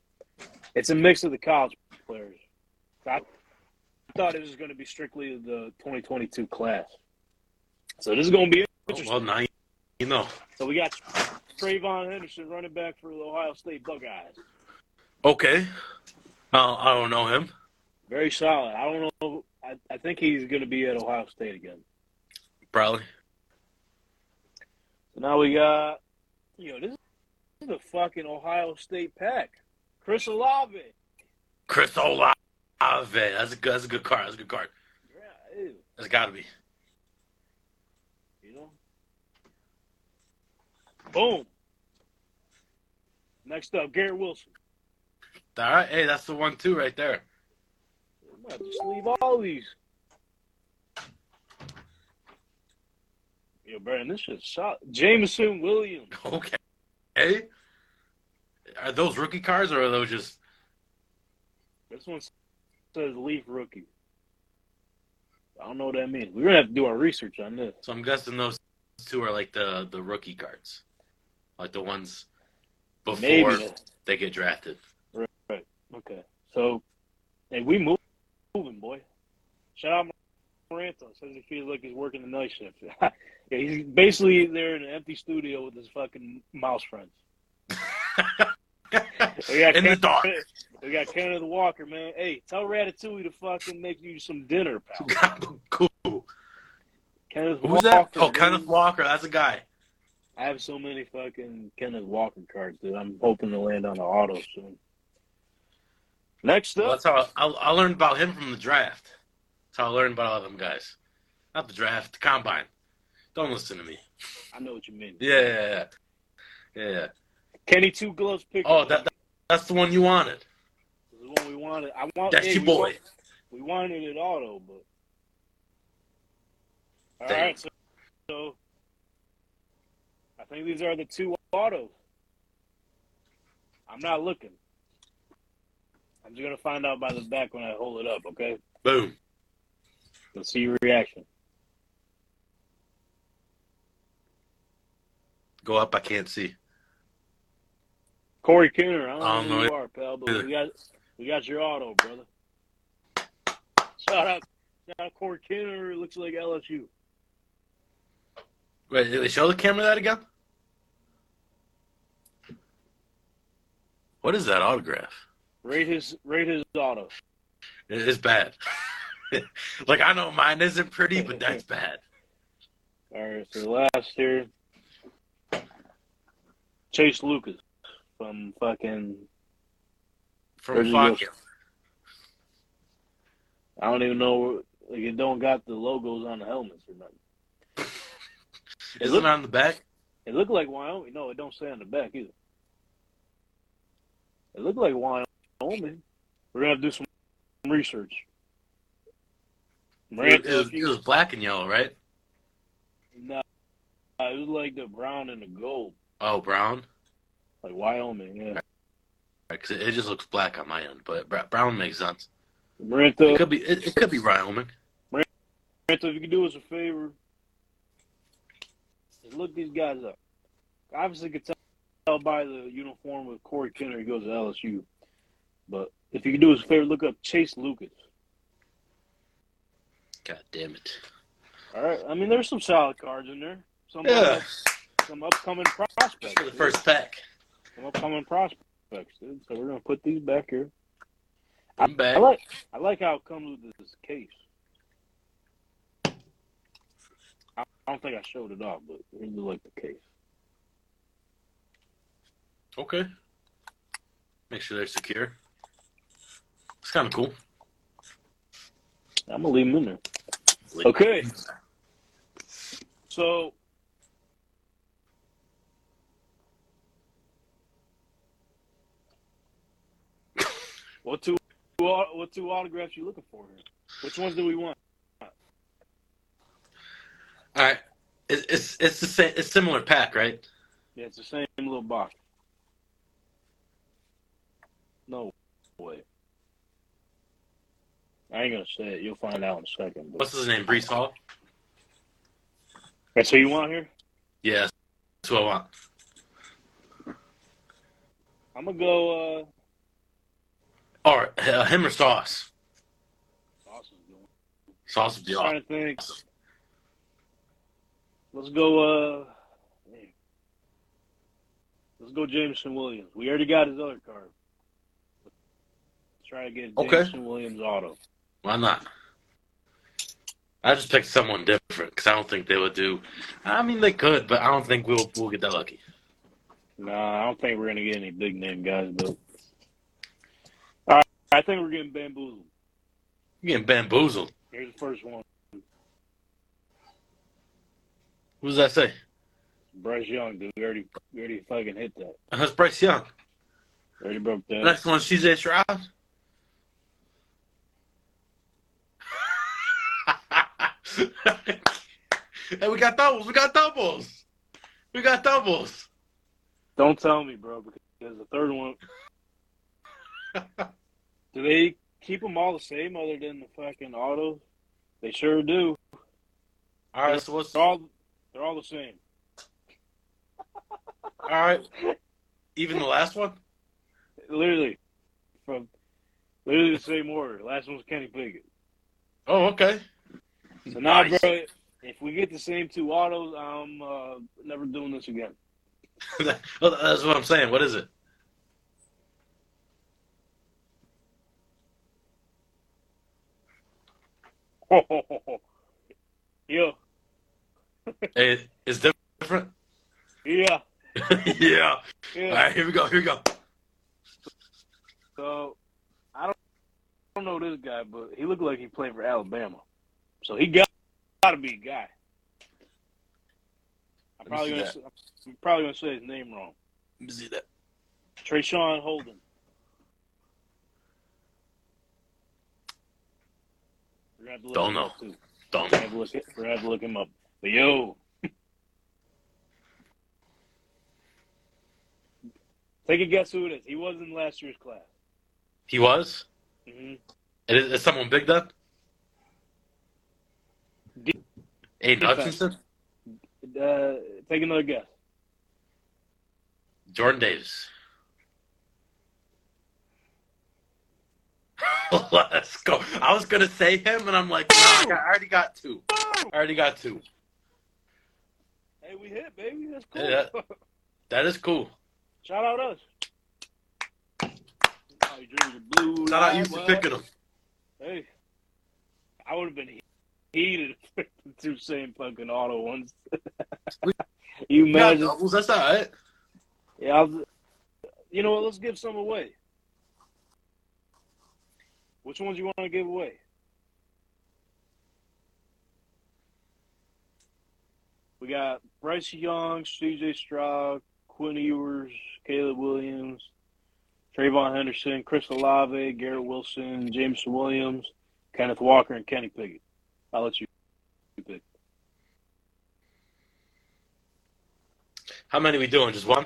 Speaker 2: It's a mix of the college players. I thought it was going to be strictly the 2022 class. So this is going to be
Speaker 1: Oh,
Speaker 2: interesting.
Speaker 1: well, now you- you know.
Speaker 2: So we got Trayvon Henderson, running back for the Ohio State Buckeyes.
Speaker 1: Okay. Uh, I don't know him.
Speaker 2: Very solid. I don't know. I, I think he's going to be at Ohio State again.
Speaker 1: Probably.
Speaker 2: So now we got Yo, this is a fucking Ohio State pack. Chris Olave.
Speaker 1: Chris Olave. That's a good. That's a good card. That's a good card.
Speaker 2: Yeah, ew,
Speaker 1: That's got to be.
Speaker 2: you know. Boom. Next up, Garrett Wilson.
Speaker 1: All right. Hey, that's the one too right there.
Speaker 2: I'm gonna just leave all these. Yo, Brandon, this shit's shot. Jameson Williams.
Speaker 1: Okay. Hey, are those rookie cards or are those just?
Speaker 2: This one says Leaf rookie. I don't know what that means. We're gonna have to do our research on this.
Speaker 1: So I'm guessing those two are like the the rookie cards, like the ones before
Speaker 2: Maybe.
Speaker 1: they get drafted.
Speaker 2: Okay. So, hey, we move, moving, boy. Shout out Moranto. Says he feels like he's working the night shift. yeah, he's basically there in an empty studio with his fucking mouse friends. We got
Speaker 1: In the
Speaker 2: Ken-
Speaker 1: dark.
Speaker 2: We got Kenneth Walker, man. Hey, tell Ratatouille to fucking make you some dinner, pal.
Speaker 1: cool.
Speaker 2: Kenneth
Speaker 1: Who's
Speaker 2: Walker.
Speaker 1: that? Oh,
Speaker 2: dude.
Speaker 1: Kenneth Walker. That's a guy.
Speaker 2: I have so many fucking Kenneth Walker cards, dude. I'm hoping to land on an auto soon. Next
Speaker 1: Well,
Speaker 2: up,
Speaker 1: that's how I, I learned about him from the draft. That's how I learned about all them guys. Not the draft, the combine. Don't listen to me.
Speaker 2: I know what you mean.
Speaker 1: Yeah, yeah, yeah. yeah.
Speaker 2: Kenny Two Gloves pick.
Speaker 1: Oh, that, that that's the one you wanted.
Speaker 2: This is what we wanted. I want.
Speaker 1: That's
Speaker 2: hey,
Speaker 1: your
Speaker 2: we
Speaker 1: boy.
Speaker 2: want- we wanted it auto, but all
Speaker 1: Damn.
Speaker 2: right. So, so I think these are the two autos. I'm not looking. I'm just gonna find out by the back when I hold it up. Okay.
Speaker 1: Boom.
Speaker 2: Let's see your reaction.
Speaker 1: Go up. I can't see.
Speaker 2: Corey Cooner, I don't,
Speaker 1: I don't
Speaker 2: know
Speaker 1: know
Speaker 2: who you are, pal, but
Speaker 1: either.
Speaker 2: we got we got your auto, brother. Shout out, shout out Corey Cooner. It looks like LSU.
Speaker 1: Wait, did they show the camera that again? What is that autograph?
Speaker 2: Rate his rate his auto.
Speaker 1: It- It's bad. like I know mine isn't pretty, but that's bad.
Speaker 2: All right, so last year, Chase Lucas from fucking Where'd
Speaker 1: From
Speaker 2: you
Speaker 1: Fox.
Speaker 2: go? I don't even know like it don't got the logos on the helmets or nothing. It
Speaker 1: Isn't it
Speaker 2: looked
Speaker 1: on the back?
Speaker 2: it looked like Wyoming. No, it don't say on the back either. It looked like Wyoming. We're gonna have to do some research.
Speaker 1: It,
Speaker 2: Morant,
Speaker 1: it was, it was black and yellow, right?
Speaker 2: no, it was like the brown and the gold,
Speaker 1: Oh, brown.
Speaker 2: like Wyoming. Yeah,
Speaker 1: Because it, it just looks black on my end, but br- brown makes sense. It
Speaker 2: Maranto,
Speaker 1: could be. It, it could be Wyoming.
Speaker 2: Rental, if you could do us a favor, just look these guys up. Obviously, you could tell- tell by the uniform with Corey Kenner, he goes to LSU. But if you could do us a favor, look up Chase Lucas.
Speaker 1: God damn it.
Speaker 2: All right. I mean, there's some solid cards in there. Some uh,
Speaker 1: Yeah.
Speaker 2: some upcoming prospects.
Speaker 1: Just for the first pack.
Speaker 2: dude. Some upcoming prospects, dude. So we're gonna put these back here.
Speaker 1: I'm back.
Speaker 2: I like I like how it comes with this case. I I don't think I showed it off, but I really like the case.
Speaker 1: Okay. Make sure they're secure. It's kind of cool.
Speaker 2: I'm gonna leave them in there. Okay. So what two what what two autographs you looking for here? Which ones do we want?
Speaker 1: All right. It's it's it's the same. It's similar pack, right?
Speaker 2: Yeah, it's the same little box. No way. I ain't gonna say it. You'll find out in a second. But...
Speaker 1: What's his name? Brees Hall.
Speaker 2: That's who you want here?
Speaker 1: Yeah, that's what I want.
Speaker 2: I'm gonna go. Uh,
Speaker 1: Or uh, him or Sauce.
Speaker 2: Austin's going.
Speaker 1: Sauce would be awesome.
Speaker 2: trying to think. Let's go. Uh, man. let's go, Jameson Williams. We already got his other card. Let's try to get
Speaker 1: Okay.
Speaker 2: Jameson Williams auto.
Speaker 1: Why not? I just picked someone different because I don't think they would do. I mean, they could, but I don't think we'll we'll get that lucky.
Speaker 2: No, I don't think we're gonna get any big name guys, but all right, I think we're getting bamboozled.
Speaker 1: You're getting bamboozled.
Speaker 2: Here's the first one.
Speaker 1: What does that say?
Speaker 2: Bryce Young, dude. We already we already fucking hit that.
Speaker 1: Uh, That's Bryce Young.
Speaker 2: We already broke that.
Speaker 1: Next one, CJ Stroud. hey, we got doubles. We got doubles. We got doubles.
Speaker 2: Don't tell me, bro, because the third one. do they keep them all the same other than the fucking auto? They sure do.
Speaker 1: All right, so what's
Speaker 2: They're all they're all the same.
Speaker 1: all right? Even the last one.
Speaker 2: Literally, from literally the same order. Last one's Kenny Pickett.
Speaker 1: Oh, okay.
Speaker 2: So now,
Speaker 1: Nice.
Speaker 2: bro, if we get the same two autos, I'm uh, never doing this again.
Speaker 1: Well, That's what I'm saying. What is it?
Speaker 2: yeah,
Speaker 1: It- It's different.
Speaker 2: yeah,
Speaker 1: yeah.
Speaker 2: yeah.
Speaker 1: All right, here we go. Here we go.
Speaker 2: So I don't, I don't know this guy, but he looked like he played for Alabama. So he got gotta be a guy. I'm
Speaker 1: Let me
Speaker 2: probably
Speaker 1: see
Speaker 2: gonna say, I'm probably gonna say his name wrong.
Speaker 1: Let me see that.
Speaker 2: Trayshawn Holden. We're gonna have to look
Speaker 1: Don't
Speaker 2: him
Speaker 1: know.
Speaker 2: up, too.
Speaker 1: Don't.
Speaker 2: We're gonna have to look, we're gonna have to look him up. But yo, take a guess who it is. He was in last year's class.
Speaker 1: He was.
Speaker 2: hmm
Speaker 1: It is, is someone big then?
Speaker 2: D-
Speaker 1: Aiden
Speaker 2: defense.
Speaker 1: Hutchinson,
Speaker 2: Uh, take another guess.
Speaker 1: Jordan Davis. Let's go. I was gonna say him, and I'm like, no, I, got, I already got two. I already got two.
Speaker 2: Hey, we hit, baby. That's cool.
Speaker 1: Yeah. That is cool.
Speaker 2: Shout out us. Oh, you drew the blue
Speaker 1: Shout out
Speaker 2: line,
Speaker 1: you for
Speaker 2: boy.
Speaker 1: picking him.
Speaker 2: Hey, I would have been heated if the two same fucking auto ones. you
Speaker 1: You got
Speaker 2: imagine?
Speaker 1: doubles, That's all right.
Speaker 2: Yeah, I was, you know what? Let's give some away. Which ones you want to give away? We got Bryce Young, C.J. Stroud, Quinn Ewers, Caleb Williams, Trayvon Henderson, Chris Olave, Garrett Wilson, James Williams, Kenneth Walker, and Kenny Pickett. I'll let you you pick.
Speaker 1: How many we doing? Just one.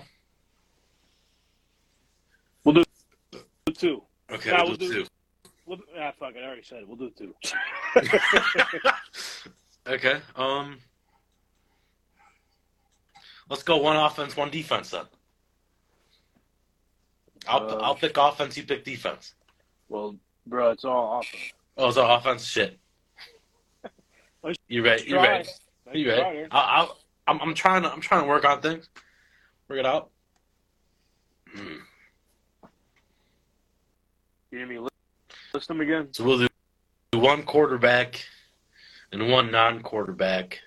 Speaker 2: Two.
Speaker 1: Okay,
Speaker 2: Nah,
Speaker 1: we'll
Speaker 2: we'll
Speaker 1: do
Speaker 2: do-
Speaker 1: two.
Speaker 2: We'll, ah, fuck it. I already said it. We'll do two.
Speaker 1: okay. Um. Let's go one offense, one defense then. I'll
Speaker 2: Uh,
Speaker 1: I'll pick offense. You pick defense.
Speaker 2: Well, bro, it's all offense.
Speaker 1: Oh, it's an offense. Shit.
Speaker 2: Let's
Speaker 1: You right? You
Speaker 2: try.
Speaker 1: right? You right? I, I, I'm I'm trying to I'm trying to work on things. Work it out. Hmm.
Speaker 2: You hear me? List- List them again.
Speaker 1: So we'll do one quarterback and one non-quarterback.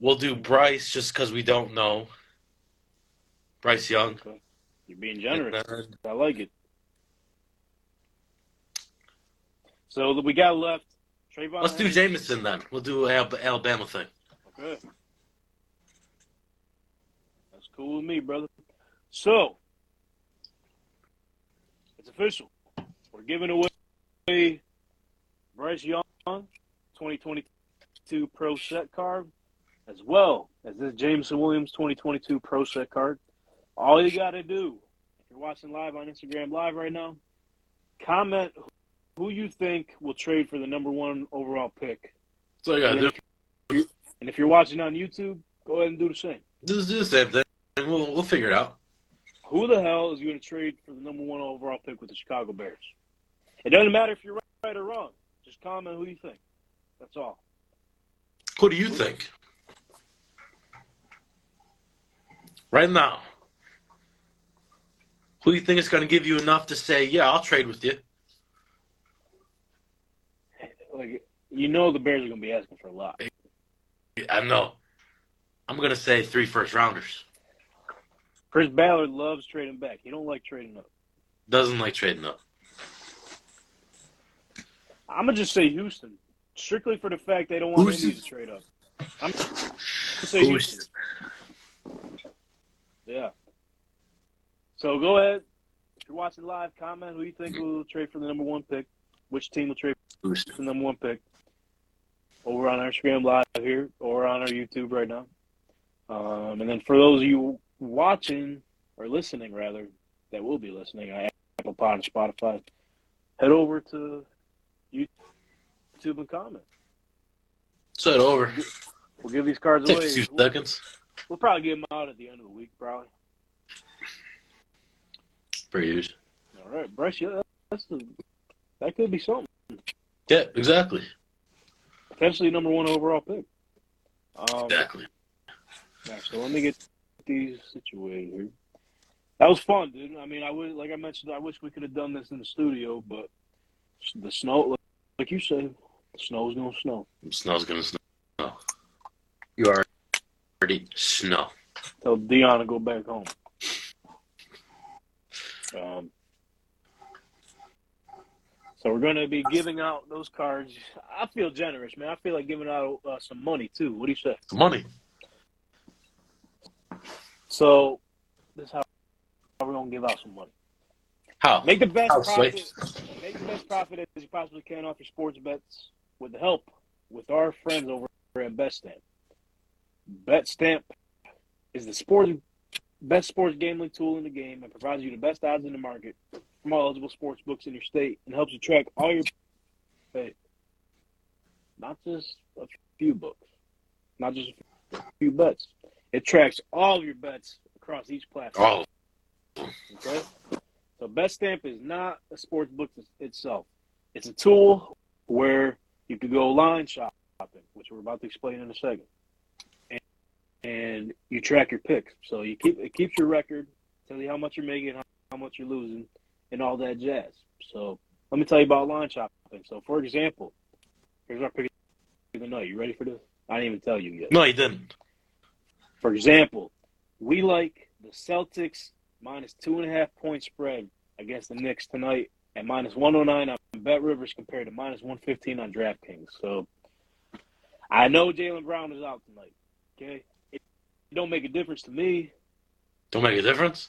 Speaker 1: We'll do Bryce just because we don't know. Bryce Young.
Speaker 2: You're being generous.
Speaker 1: And then-
Speaker 2: I like it. So we got left Trayvon.
Speaker 1: Let's do
Speaker 2: Henderson.
Speaker 1: Jameson then. We'll do Al- Alabama thing.
Speaker 2: Okay. That's cool with me, brother. So it's official. We're giving away Bryce Young 2022 Pro Set card, as well as this Jameson Williams 2022 Pro Set card. All you got to do, if you're watching live on Instagram Live right now, comment who you think will trade for the number one overall pick
Speaker 1: So yeah, do,
Speaker 2: and if you're watching on YouTube, go ahead and do the same.
Speaker 1: do, do the same thing. and We'll we'll figure it out.
Speaker 2: Who the hell is going to trade for the number one overall pick with the Chicago Bears? It doesn't matter if you're right or wrong. Just comment who you think. That's all.
Speaker 1: Who do you think? Right now, who do you think is going to give you enough to say, "Yeah, I'll trade with you"?
Speaker 2: Like you know, the Bears are going to be asking for a lot.
Speaker 1: I know. I'm gonna say three first rounders.
Speaker 2: Chris Ballard loves trading back. He don't like trading up.
Speaker 1: Doesn't like trading up.
Speaker 2: I'm gonna just say Houston, strictly for the fact they don't want
Speaker 1: Houston.
Speaker 2: Indy to trade up. I'm gonna say Houston.
Speaker 1: Houston.
Speaker 2: Yeah. So go ahead. If you're watching live, comment who you think will trade for the number one pick. Which team will trade
Speaker 1: Houston.
Speaker 2: for the number one pick? Over on our Instagram live here, or on our YouTube right now. Um, and then for those of you watching or listening, rather, that will be listening on Apple Pod and Spotify, head over to YouTube and comment.
Speaker 1: Set over.
Speaker 2: We'll give these cards
Speaker 1: Take
Speaker 2: away.
Speaker 1: a few
Speaker 2: We'll-
Speaker 1: seconds.
Speaker 2: We'll probably get them out at the end of the week, probably.
Speaker 1: Per usual.
Speaker 2: All right, Bryce, yeah, that's the, that could be something.
Speaker 1: Yeah, exactly.
Speaker 2: Potentially number one overall pick. Um,
Speaker 1: Exactly.
Speaker 2: all right, so let me get these situated here. That was fun, dude. I mean, I would, like I mentioned, I wish we could have done this in the studio, but the snow, like you said, snow's gonna snow.
Speaker 1: Snow's gonna snow. You are already snow.
Speaker 2: Tell Dion to go back home. Um, so we're going to be giving out those cards. I feel generous, man. I feel like giving out uh, some money too. What do you say?
Speaker 1: The money.
Speaker 2: So this is how how we're gonna give out some money.
Speaker 1: How?
Speaker 2: Make the best
Speaker 1: Oh,
Speaker 2: profit.
Speaker 1: sweet.
Speaker 2: Make the best profit as you possibly can off your sports bets with the help with our friends over at BetStamp. BetStamp is the sports best sports gambling tool in the game and provides you the best odds in the market from all eligible sports books in your state and helps you track all your hey, not just a few books, not just a few bets. It tracks all of your bets across each platform.
Speaker 1: Oh,
Speaker 2: Okay. So Best Stamp is not a sports book itself. It's a tool where you can go line shopping, which we're about to explain in a second, and, and you track your picks. So you keep it keeps your record, tells you how much you're making, how, how much you're losing, and all that jazz. So let me tell you about line shopping. So for example, here's our pick of the night. You ready for this? I didn't even tell you yet.
Speaker 1: no, he didn't.
Speaker 2: For example, we like the Celtics minus two and a half point spread against the Knicks tonight at minus 109 on Bet Rivers compared to minus 115 on DraftKings. So I know Jalen Brown is out tonight. Okay. It don't make a difference to me.
Speaker 1: Don't make a difference.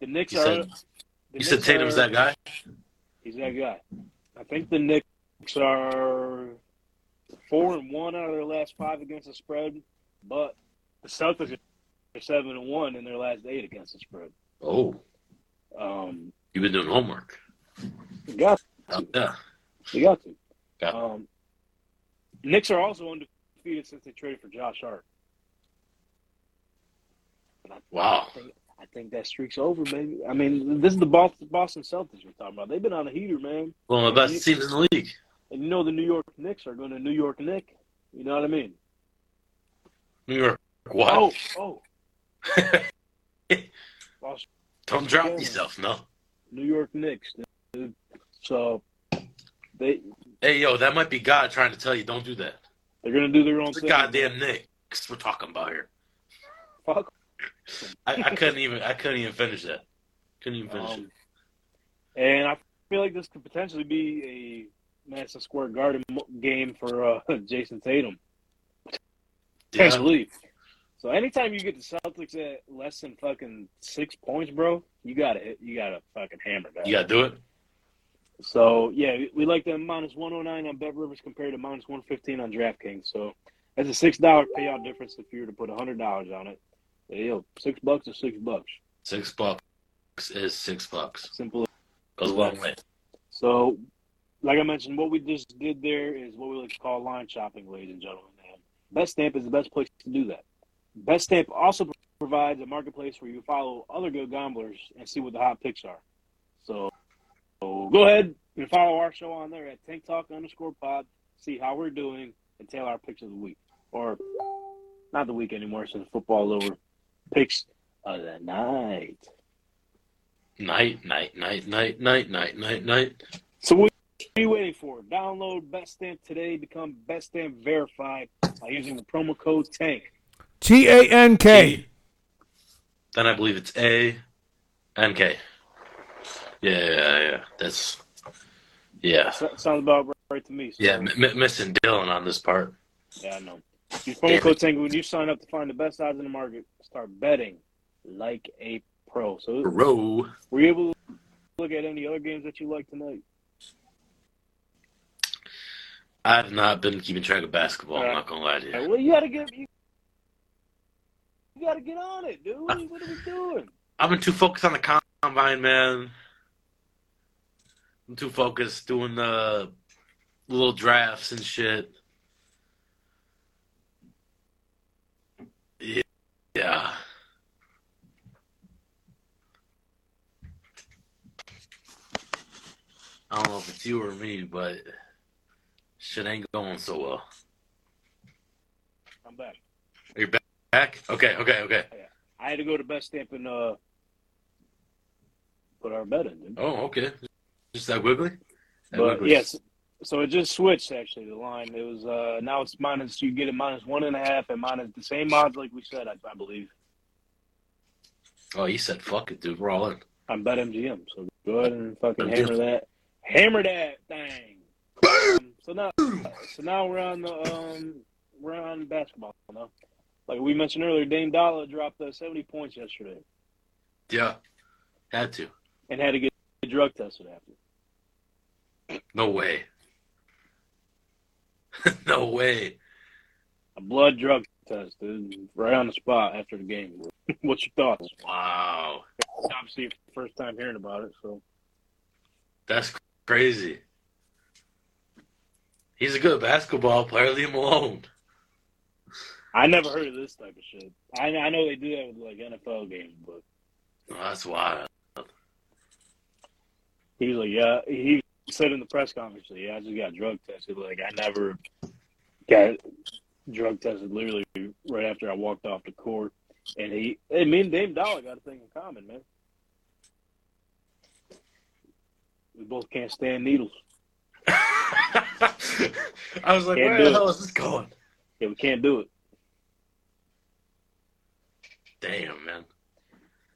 Speaker 2: The Knicks
Speaker 1: You
Speaker 2: are.
Speaker 1: said
Speaker 2: the
Speaker 1: you said
Speaker 2: Knicks
Speaker 1: Tatum's
Speaker 2: are-
Speaker 1: that guy.
Speaker 2: He's that guy. I think the Knicks are four and one out of their last five against the spread, but the Celtics are seven and one in their last eight against the spread.
Speaker 1: Oh,
Speaker 2: Um,
Speaker 1: you've been doing homework. Oh,
Speaker 2: you got
Speaker 1: Yeah.
Speaker 2: you got to.
Speaker 1: Got it.
Speaker 2: Um, Knicks are also undefeated since they traded for Josh Hart.
Speaker 1: Wow.
Speaker 2: I think that streak's over, baby. I mean, this is the Boston Boston Celtics we're talking about. They've been on a heater, man.
Speaker 1: One of the best teams in the league.
Speaker 2: And you know the New York Knicks are going to New York Nick. You know what I mean?
Speaker 1: New York. What?
Speaker 2: Oh, oh. Lost
Speaker 1: Don't drop yourself. No.
Speaker 2: New York Knicks. dude. So they
Speaker 1: Hey, yo, that might be God trying to tell you don't do that.
Speaker 2: they're gonna do their own
Speaker 1: It's
Speaker 2: thing.
Speaker 1: the goddamn Knicks we're talking about here.
Speaker 2: Fuck.
Speaker 1: I, I couldn't even. I couldn't even finish that. Couldn't even finish
Speaker 2: Um, and I feel like this could potentially be a Madison Square Garden mo- game for uh, Jason Tatum.
Speaker 1: it. Yeah.
Speaker 2: Potentially. So anytime you get the Celtics at less than fucking six points, bro, you gotta hit, you gotta fucking hammer that.
Speaker 1: You gotta do it.
Speaker 2: So yeah, we- we like them minus one hundred nine on Bet Rivers compared to minus one fifteen on DraftKings. So that's a six dollar payout difference if you were to put hundred dollars on it. Yo, six bucks is six bucks.
Speaker 1: Six bucks is six bucks.
Speaker 2: Simple.
Speaker 1: Goes a long way.
Speaker 2: So, like I mentioned, what we just did there is what we like to call line shopping, ladies and gentlemen. And Best Stamp is the best place to do that. Best Stamp also provides a marketplace where you follow other good gamblers and see what the hot picks are. So, so go ahead and follow our show on there at Tank Talk underscore Pod. See how we're doing and tell our picks of the week, or not the week anymore since football's over. Picks of the night.
Speaker 1: Night, night, night, night, night, night, night, night.
Speaker 2: So what are you waiting for? Download Best Stamp today. Become Best Stamp verified by using the promo code TANK.
Speaker 5: T A N K.
Speaker 1: Then I believe it's A and K. Yeah, yeah, yeah. That's yeah,
Speaker 2: So- sounds about right, right to me. so-
Speaker 1: yeah. M- m- missing Dylan on this part.
Speaker 2: Yeah, I know. Use
Speaker 1: Damn
Speaker 2: promo
Speaker 1: it.
Speaker 2: code Tango when you sign up to find the best odds in the market. Start betting like a pro. So,
Speaker 1: Bro,
Speaker 2: were you able to look at any other games that you like tonight?
Speaker 1: I've not been keeping track of basketball. I'm not gonna lie to you.
Speaker 2: Well, you gotta get you, you gotta get on it, dude. What are we doing?
Speaker 1: I've been too focused on the combine, man. I'm too focused doing the little drafts and shit. Yeah. Yeah. I don't know if it's you or me, but shit ain't going so well.
Speaker 2: I'm back.
Speaker 1: Are you back? back? Okay, okay, okay.
Speaker 2: I had to go to Best Stamp and uh, put our bet in. Dude.
Speaker 1: Oh, okay. Just that wiggly? That
Speaker 2: But
Speaker 1: wiggly.
Speaker 2: Uh, yes, so it just switched actually the line. It was uh now it's minus you get it minus one and a half and minus the same odds like we said. I, I believe
Speaker 1: Oh, you said fuck it, dude. We're all in.
Speaker 2: on BetMGM. So go ahead and fucking
Speaker 1: BetMGM.
Speaker 2: hammer that, hammer that thing. Um, so now, so now we're on the um we're on basketball now. Like we mentioned earlier, Dame Dollar dropped uh, seventy points yesterday
Speaker 1: Yeah. Had to.
Speaker 2: and had to get drug tested after.
Speaker 1: No way. no way.
Speaker 2: A blood drug test, dude, right on the spot after the game. What's your thoughts?
Speaker 1: Wow.
Speaker 2: obviously first time hearing about it. So
Speaker 1: That's crazy. He's a good basketball player. Leave him alone.
Speaker 2: I never heard of this type of shit. I I know they do that with like NFL games, but
Speaker 1: Oh, that's wild.
Speaker 2: he was like, yeah, he said in the press conference, like, yeah, I just got drug tested. Like I never got drug tested. Literally right after I walked off the court, and he, and me and Dame Dollar got a thing in common, man. We both can't stand needles.
Speaker 1: I was like,
Speaker 2: Can't
Speaker 1: where
Speaker 2: do
Speaker 1: the
Speaker 2: it.
Speaker 1: hell is this going?
Speaker 2: Yeah, we can't do it.
Speaker 1: Damn, man.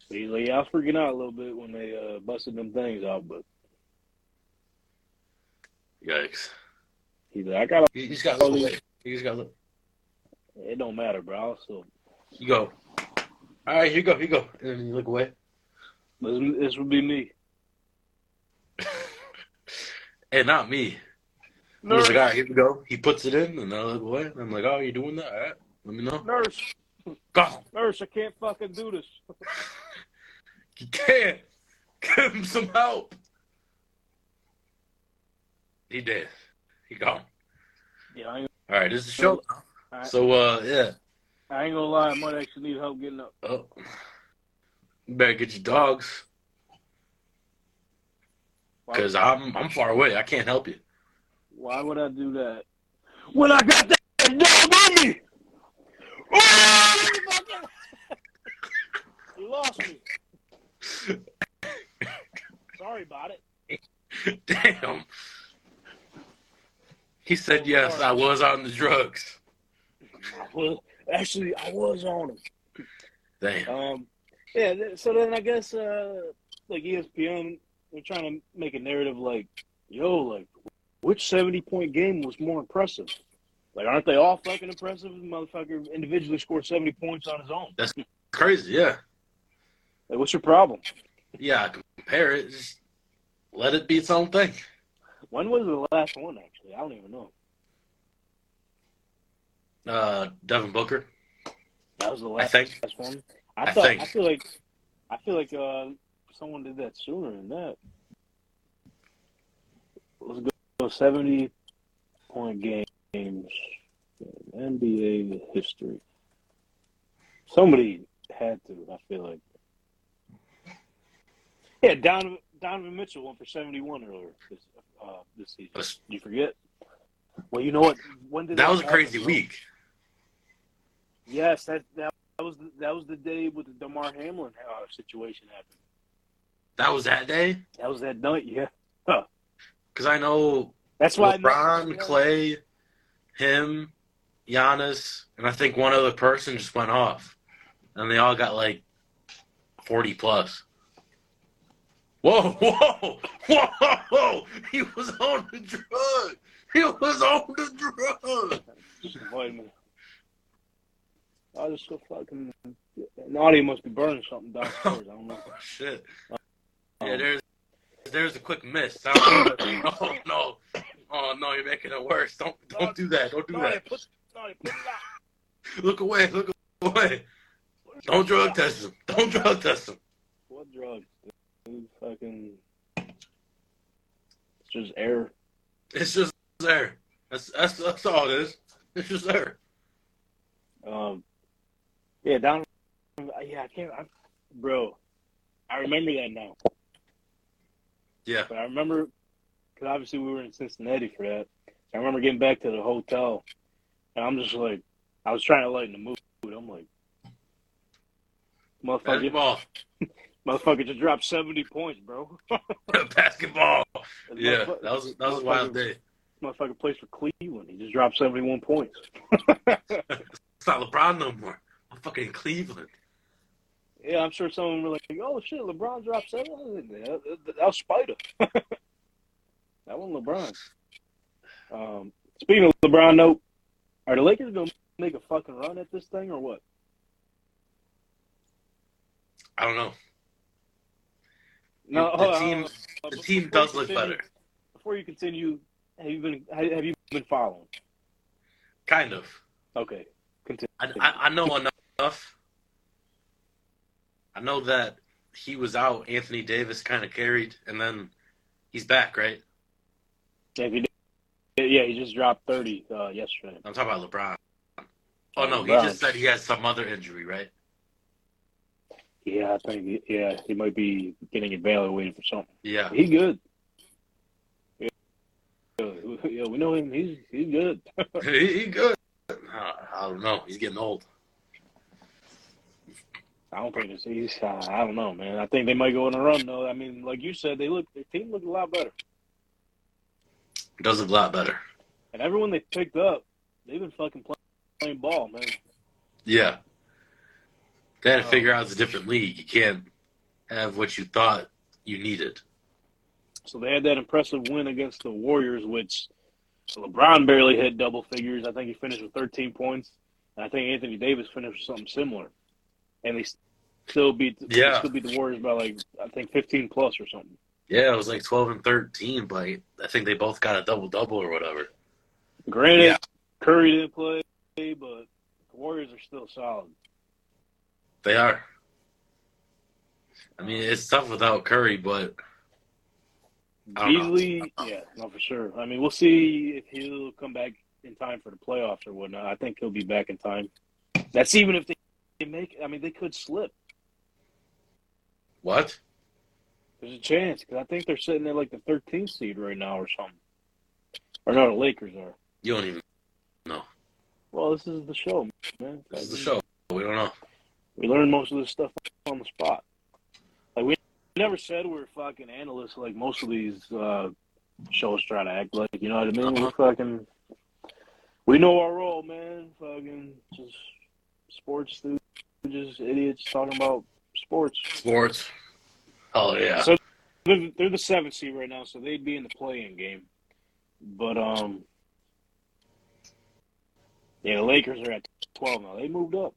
Speaker 2: He's like, yeah, I was freaking out a little bit when they uh, busted them things out, but
Speaker 1: Yikes.
Speaker 2: he's like, I got.
Speaker 1: You you just got to look. You just got to look.
Speaker 2: It don't matter, bro. I'll still
Speaker 1: You go. All right, here you go. Here you go. And then you look away.
Speaker 2: This, this would be me.
Speaker 1: And not me. I was like, all right, here we go. He puts it in, and I look away. and I'm like, oh, you're doing that? All right, let me know.
Speaker 2: nurse,
Speaker 1: Go.
Speaker 2: nurse, I can't fucking do this.
Speaker 1: You can't. Give him some help. He did. He gone.
Speaker 2: Yeah, I ain't,
Speaker 1: All right, this is the show.
Speaker 2: I,
Speaker 1: So, uh, yeah.
Speaker 2: I ain't gonna lie. I might actually need help getting up.
Speaker 1: Oh. You better get your dogs,
Speaker 2: Why,
Speaker 1: because I'm, I'm far away. I can't help you.
Speaker 2: why would I do that? When I got that dog on me. Oh, motherfucker! you lost me. Sorry about it.
Speaker 1: Damn. He said, yes, I was on the drugs.
Speaker 2: I was, actually, I was on him.
Speaker 1: Damn.
Speaker 2: Um, yeah. th- So then I guess uh, like ESPN, they're trying to make a narrative like, yo, like which seventy point game was more impressive? Like, aren't they all fucking impressive? The motherfucker individually scored seventy points on his own.
Speaker 1: Crazy, yeah.
Speaker 2: Like, what's your problem?
Speaker 1: Yeah, I compare it. Just let it be its own thing.
Speaker 2: When was the last one? Actually, I don't even know.
Speaker 1: Uh, Devin Booker.
Speaker 2: That was the
Speaker 1: I
Speaker 2: last,
Speaker 1: think.
Speaker 2: last one. I
Speaker 1: I
Speaker 2: thought. I,
Speaker 1: think.
Speaker 2: feel like. I feel like uh, someone did that sooner than that. Let's go seventy point games in NBA history. Somebody had to. I feel like. Yeah, Donovan, Donovan Mitchell went for seventy-one earlier this uh, this season.
Speaker 1: That's-
Speaker 2: you forget? Well, you know what? When did
Speaker 1: That was a
Speaker 2: happen,
Speaker 1: crazy
Speaker 2: bro?
Speaker 1: week.
Speaker 2: Yes, that that, that was the, that was the day with the Damar Hamlin uh, situation happened.
Speaker 1: That was that day.
Speaker 2: That was that night, yeah.
Speaker 1: Because I know
Speaker 2: That's why I know-
Speaker 1: LeBron, Clay, him, Giannis, and I think one other person just went off. And they all got like forty plus. Whoa, whoa, whoa, whoa! He was on the drug. He was on the drug.
Speaker 2: Wait a minute. I just go fucking. Naughty must be burning something downstairs. I don't know.
Speaker 1: Oh, shit.
Speaker 2: Um,
Speaker 1: Yeah, there's there's a quick miss. oh no, oh no, you're making it worse. Don't don't do that. Don't do
Speaker 2: Naughty,
Speaker 1: that.
Speaker 2: put, naughty, put it out.
Speaker 1: Look away. Look away.
Speaker 2: Put it
Speaker 1: Don't drug
Speaker 2: out.
Speaker 1: test him. Don't drug test him.
Speaker 2: What drugs? Dude, fucking. It's just air.
Speaker 1: It's just there. That's that's that's all it is. It's just there.
Speaker 2: Um, yeah, down. Yeah, I can't. I, bro, I remember that now.
Speaker 1: Yeah.
Speaker 2: But I remember, because obviously we were in Cincinnati for that. I remember getting back to the hotel, and I'm just like, I was trying to lighten the mood. I'm like, motherfucker,
Speaker 1: Basketball.
Speaker 2: motherfucker just dropped 70 points, bro.
Speaker 1: Basketball. Yeah,
Speaker 2: Motherfucker-
Speaker 1: that was that was a wild day.
Speaker 2: Motherfucker plays for Cleveland. He just dropped 71 points.
Speaker 1: It's not LeBron no more. I'm fucking Cleveland.
Speaker 2: Yeah, I'm sure someone were like, "Oh shit, LeBron dropped seven. I was like, "Yeah, that- that- That was Spider. that wasn't LeBron. Um, speaking of LeBron, nope. Are the Lakers gonna make a fucking run at this thing or what?
Speaker 1: I don't know.
Speaker 2: No, oh,
Speaker 1: The
Speaker 2: hold on,
Speaker 1: team-
Speaker 2: hold on,
Speaker 1: The
Speaker 2: hold on. Before
Speaker 1: team
Speaker 2: you
Speaker 1: does look
Speaker 2: continue-
Speaker 1: better.
Speaker 2: Before you continue, have you been have have you been following?
Speaker 1: Kind of.
Speaker 2: Okay, continue.
Speaker 1: I, I, I know enough. I know that he was out. Anthony Davis kind of carried, and then he's back, right?
Speaker 2: If you did- yeah, he just dropped 30 uh, yesterday.
Speaker 1: I'm talking about LeBron. Oh no, he
Speaker 2: LeBron.
Speaker 1: just said he has some other injury, right?
Speaker 2: Yeah, I think yeah he might be getting evaluated for something.
Speaker 1: Yeah,
Speaker 2: He good. Yeah, yeah, we know him. He's he's good.
Speaker 1: he, he good. I, I don't know. He's getting old.
Speaker 2: I don't think it's he's. I I don't know, man. I think they might go on a run though. I mean, like you said, they look their team looked a lot better,
Speaker 1: Does look a lot better.
Speaker 2: and everyone they picked up, they've been fucking playing, playing ball, man.
Speaker 1: Yeah. They had to
Speaker 2: Oh.
Speaker 1: figure out it's a different league. You can't have what you thought you needed.
Speaker 2: So they had that impressive win against the Warriors, which LeBron barely hit double figures. I think he finished with 13 points, and I think Anthony Davis finished with something similar. And they still beat they
Speaker 1: Yeah.
Speaker 2: still beat the Warriors by like I think 15 plus or something.
Speaker 1: Yeah, it was like 12 and 13, but I think they both got a double double or whatever.
Speaker 2: Granted,
Speaker 1: Yeah.
Speaker 2: Curry didn't play, but the Warriors are still solid.
Speaker 1: They are. I mean, it's tough without Curry, but I don't know.
Speaker 2: Beasley, yeah, no, for sure. I mean, we'll see if he'll come back in time for the playoffs or whatnot. I think he'll be back in time. That's even if they they make. I mean, they could slip.
Speaker 1: what?
Speaker 2: There's a chance because I think they're sitting at like the 13th seed right now or something. Or no, the Lakers are.
Speaker 1: You don't even.
Speaker 2: Well, this is the show, man.
Speaker 1: This is the show. We don't know.
Speaker 2: We learn most of this stuff on the spot. Like we never said we were fucking analysts like most of these uh, shows try to act like. You know what I mean? We're fucking. We know our role, man. Fucking just sports stooges, idiots talking about sports.
Speaker 1: Sports. Oh, yeah.
Speaker 2: So they're, they're the seventh seed right now, so they'd be in the play-in game. But um, yeah, the Lakers are at twelve now. They moved up.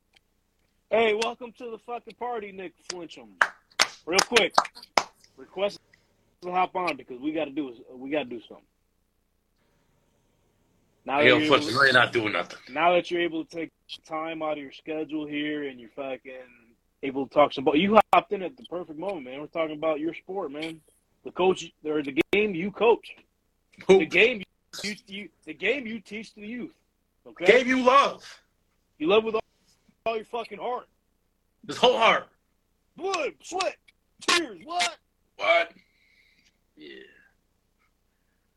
Speaker 2: Hey, welcome to the fucking party, Nick Flinchum. Real quick, request to hop on because we got to do we got to do something. Now
Speaker 1: Yo,
Speaker 2: you're-
Speaker 1: Fletcher, really not doing nothing.
Speaker 2: now that you're able to take time out of your schedule here and you're fucking able to talk some ball, you hopped in at the perfect moment, man. We're talking about your sport, man. The coach or the game you coach, the
Speaker 1: Who
Speaker 2: game you, you the game you teach the youth. Okay,
Speaker 1: gave you love?
Speaker 2: you love with all, all your fucking heart,
Speaker 1: His whole heart.
Speaker 2: blood, sweat, tears. What?
Speaker 1: What? Yeah.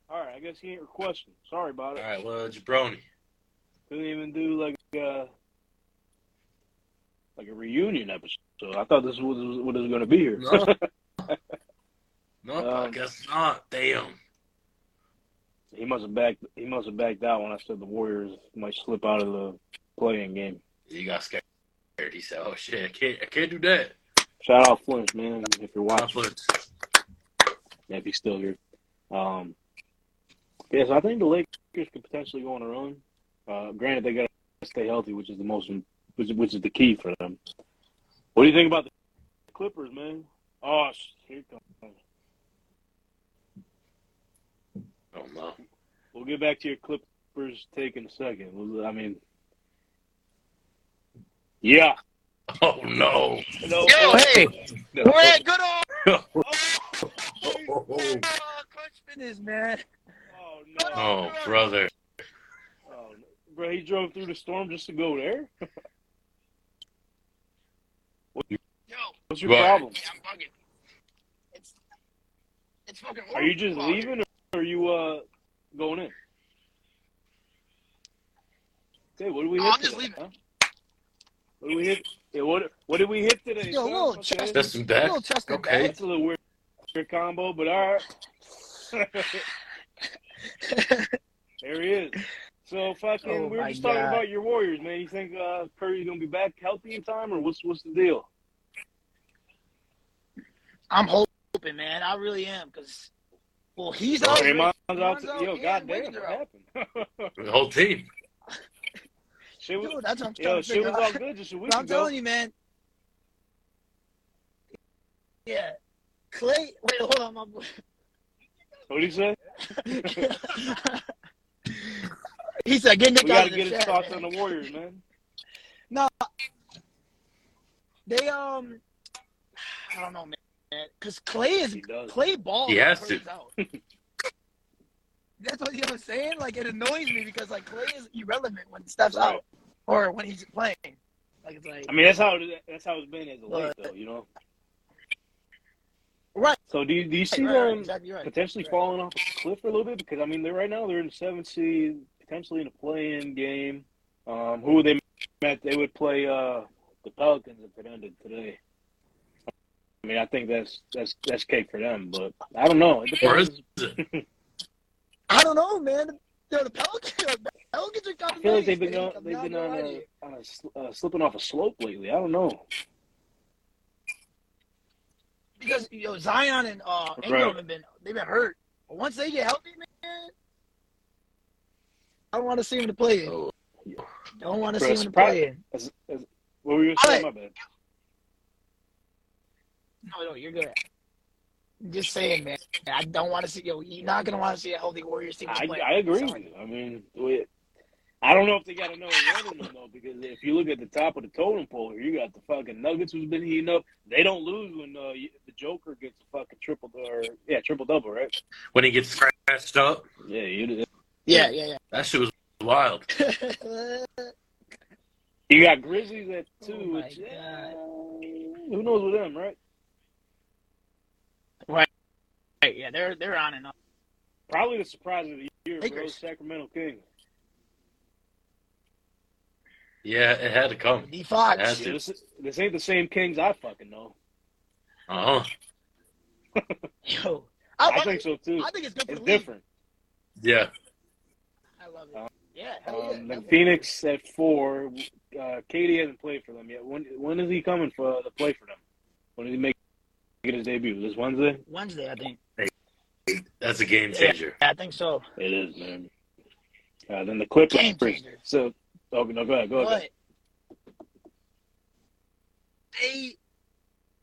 Speaker 2: All right, I guess he ain't requesting. Sorry
Speaker 1: All
Speaker 2: about it.
Speaker 1: right, well, Jabroni.
Speaker 2: Couldn't even do like uh like a reunion episode. I thought this was what it was going to be here.
Speaker 1: No. No, I
Speaker 2: Um,
Speaker 1: guess not. Damn.
Speaker 2: He must have backed. He must have backed out when I said the Warriors might slip out of the playing game.
Speaker 1: He got scared. He said, "Oh shit, I can't, I can't do that."
Speaker 2: Shout out Flinch, man, if you're
Speaker 1: Todd
Speaker 2: watching,
Speaker 1: Flinch.
Speaker 2: yeah, if he's still here. Um, yeah, so I think the Lakers could potentially go on a run. Uh, granted, they got to stay healthy, which is the most, which, which is the key for them. What do you think about the Clippers, man? Oh, sh- here it comes.
Speaker 1: I don't know.
Speaker 2: We'll get back to your Clippers take in a second. We'll- I mean, yeah.
Speaker 1: Oh no.
Speaker 2: No,
Speaker 5: Yo, hey,
Speaker 2: no.
Speaker 5: where good old
Speaker 1: No.
Speaker 5: oh,
Speaker 4: Oh,
Speaker 5: where, uh, Crutchman is, man?
Speaker 2: Oh, no.
Speaker 1: Oh brother.
Speaker 2: Oh, no. Bro, he drove through the storm just to go there?
Speaker 5: Yo,
Speaker 2: What's your
Speaker 1: Right.
Speaker 2: problem?
Speaker 5: hey, I'm bugging. It's it's fucking.
Speaker 2: Are you just
Speaker 5: horrible.
Speaker 2: leaving or are you uh going in? Okay, what did we
Speaker 5: Oh,
Speaker 2: hit?
Speaker 5: I'm just
Speaker 2: today,
Speaker 5: leaving.
Speaker 2: huh? What did we hit? Yeah, what what did we hit today?
Speaker 5: Yo,
Speaker 2: son?
Speaker 5: little
Speaker 2: Okay.
Speaker 5: chest-
Speaker 1: That's some back.
Speaker 5: Little Chester
Speaker 1: Okay.
Speaker 2: That's a little weird, weird combo, but all right. there he is. So fucking,
Speaker 5: Oh,
Speaker 2: we were
Speaker 5: my
Speaker 2: just talking
Speaker 5: God.
Speaker 2: about your Warriors, man. You think uh, Curry's gonna be back healthy in time, or what's what's the deal?
Speaker 5: I'm hoping, man. I really am, cause well, he's out.
Speaker 2: Draymond's out.
Speaker 5: Draymond's out
Speaker 2: yo,
Speaker 5: and
Speaker 2: goddamn,
Speaker 5: Wiggins are
Speaker 2: what happened?
Speaker 1: The whole team.
Speaker 2: shit was,
Speaker 5: Dude, that's what I'm trying
Speaker 2: yo,
Speaker 5: to
Speaker 2: shit
Speaker 5: figure
Speaker 2: was
Speaker 5: out.
Speaker 2: all good just a week
Speaker 5: But I'm
Speaker 2: ago.
Speaker 5: telling you, man. Yeah, Clay. Wait, hold on, my boy.
Speaker 2: What do you say?
Speaker 5: he said, "Get Nick
Speaker 2: We
Speaker 5: out
Speaker 2: gotta
Speaker 5: of
Speaker 2: get
Speaker 5: the
Speaker 2: his
Speaker 5: chat,
Speaker 2: thoughts
Speaker 5: man.
Speaker 2: on the Warriors, man.
Speaker 5: They um, I don't know, man, because Clay is
Speaker 2: He does.
Speaker 5: Clay Ball.
Speaker 1: He has to.
Speaker 5: Out. That's what you know what I'm saying. Like it annoys me because like Clay is irrelevant when he steps
Speaker 2: Right.
Speaker 5: out or when he's playing. Like it's like
Speaker 2: I mean, that's how it, that's how it's been as of late,
Speaker 5: Right.
Speaker 2: though. You know.
Speaker 5: Right.
Speaker 2: So do you, do you see
Speaker 5: Right, right,
Speaker 2: them
Speaker 5: exactly right.
Speaker 2: potentially
Speaker 5: Right.
Speaker 2: falling off a cliff for a little bit? Because I mean, they're right now they're in the seventh seed, potentially in a play-in game. Um, who would they met? They would play uh, the Pelicans if it ended today. I mean, I think that's that's that's cake for them, but I don't know. It
Speaker 1: Or is
Speaker 2: depends.
Speaker 1: it?
Speaker 5: I don't know, man. Yo, the Pelicans, the Pelicans are kind
Speaker 2: I
Speaker 5: of
Speaker 2: feel like
Speaker 5: nice,
Speaker 2: they've been
Speaker 5: man.
Speaker 2: on,
Speaker 5: I'm
Speaker 2: they've
Speaker 5: not
Speaker 2: been
Speaker 5: gonna
Speaker 2: on
Speaker 5: lie to
Speaker 2: a,
Speaker 5: you.
Speaker 2: on a sl- uh, slipping off a slope lately. I don't know.
Speaker 5: because you know Zion and uh, Ingram
Speaker 2: Right.
Speaker 5: have been they've been hurt. But once they get healthy, man, I don't want to see him to play.
Speaker 1: Oh.
Speaker 5: Don't want to
Speaker 2: Bro,
Speaker 5: see him
Speaker 2: it's
Speaker 5: to
Speaker 2: prob-
Speaker 5: play.
Speaker 2: As, as, what were you saying? My
Speaker 5: Alright.
Speaker 2: bad.
Speaker 5: No, no, you're good. I'm just saying, man. I don't want to see yo. You're not gonna want to see a healthy Warriors team.
Speaker 2: I,
Speaker 5: play.
Speaker 2: I agree with
Speaker 5: Sorry.
Speaker 2: you. I mean, we, I don't know if they got another one in them though, because if you look at the top of the totem pole, here you got the fucking Nuggets who's been heating up. They don't lose when uh, you- the Joker gets a fucking triple or yeah triple double, right?
Speaker 1: When he gets scratched up,
Speaker 2: Yeah, you
Speaker 5: Yeah, yeah,
Speaker 1: that shit was wild.
Speaker 5: yeah.
Speaker 2: you got Grizzlies at two.
Speaker 5: Oh my
Speaker 2: which, yeah, who knows with them, right?
Speaker 5: right, yeah, they're they're on and off.
Speaker 2: Probably the surprise of the year, bro.
Speaker 5: Lakers.
Speaker 2: Sacramento Kings.
Speaker 1: Yeah, it had to come.
Speaker 5: D Fox.
Speaker 1: That's
Speaker 2: Yeah,
Speaker 1: it.
Speaker 2: this, this ain't the same Kings I fucking know.
Speaker 1: Uh huh.
Speaker 5: Yo, I,
Speaker 2: I think so too.
Speaker 5: I think it's good for
Speaker 2: It's
Speaker 5: the league.
Speaker 2: different.
Speaker 1: Yeah.
Speaker 5: I love
Speaker 2: Um,
Speaker 5: it. Yeah, hell yeah.
Speaker 2: Um, then
Speaker 5: definitely.
Speaker 2: Phoenix at four. Uh, Katie hasn't played for them yet. When when is he coming for uh, to play for them? When did he make get his debut? This Wednesday?
Speaker 5: Wednesday, I think.
Speaker 1: That's a game changer.
Speaker 5: I think so.
Speaker 2: It is, man. Uh, then the Clippers.
Speaker 5: Game changer.
Speaker 2: So, oh no, go ahead, go ahead.
Speaker 5: But they,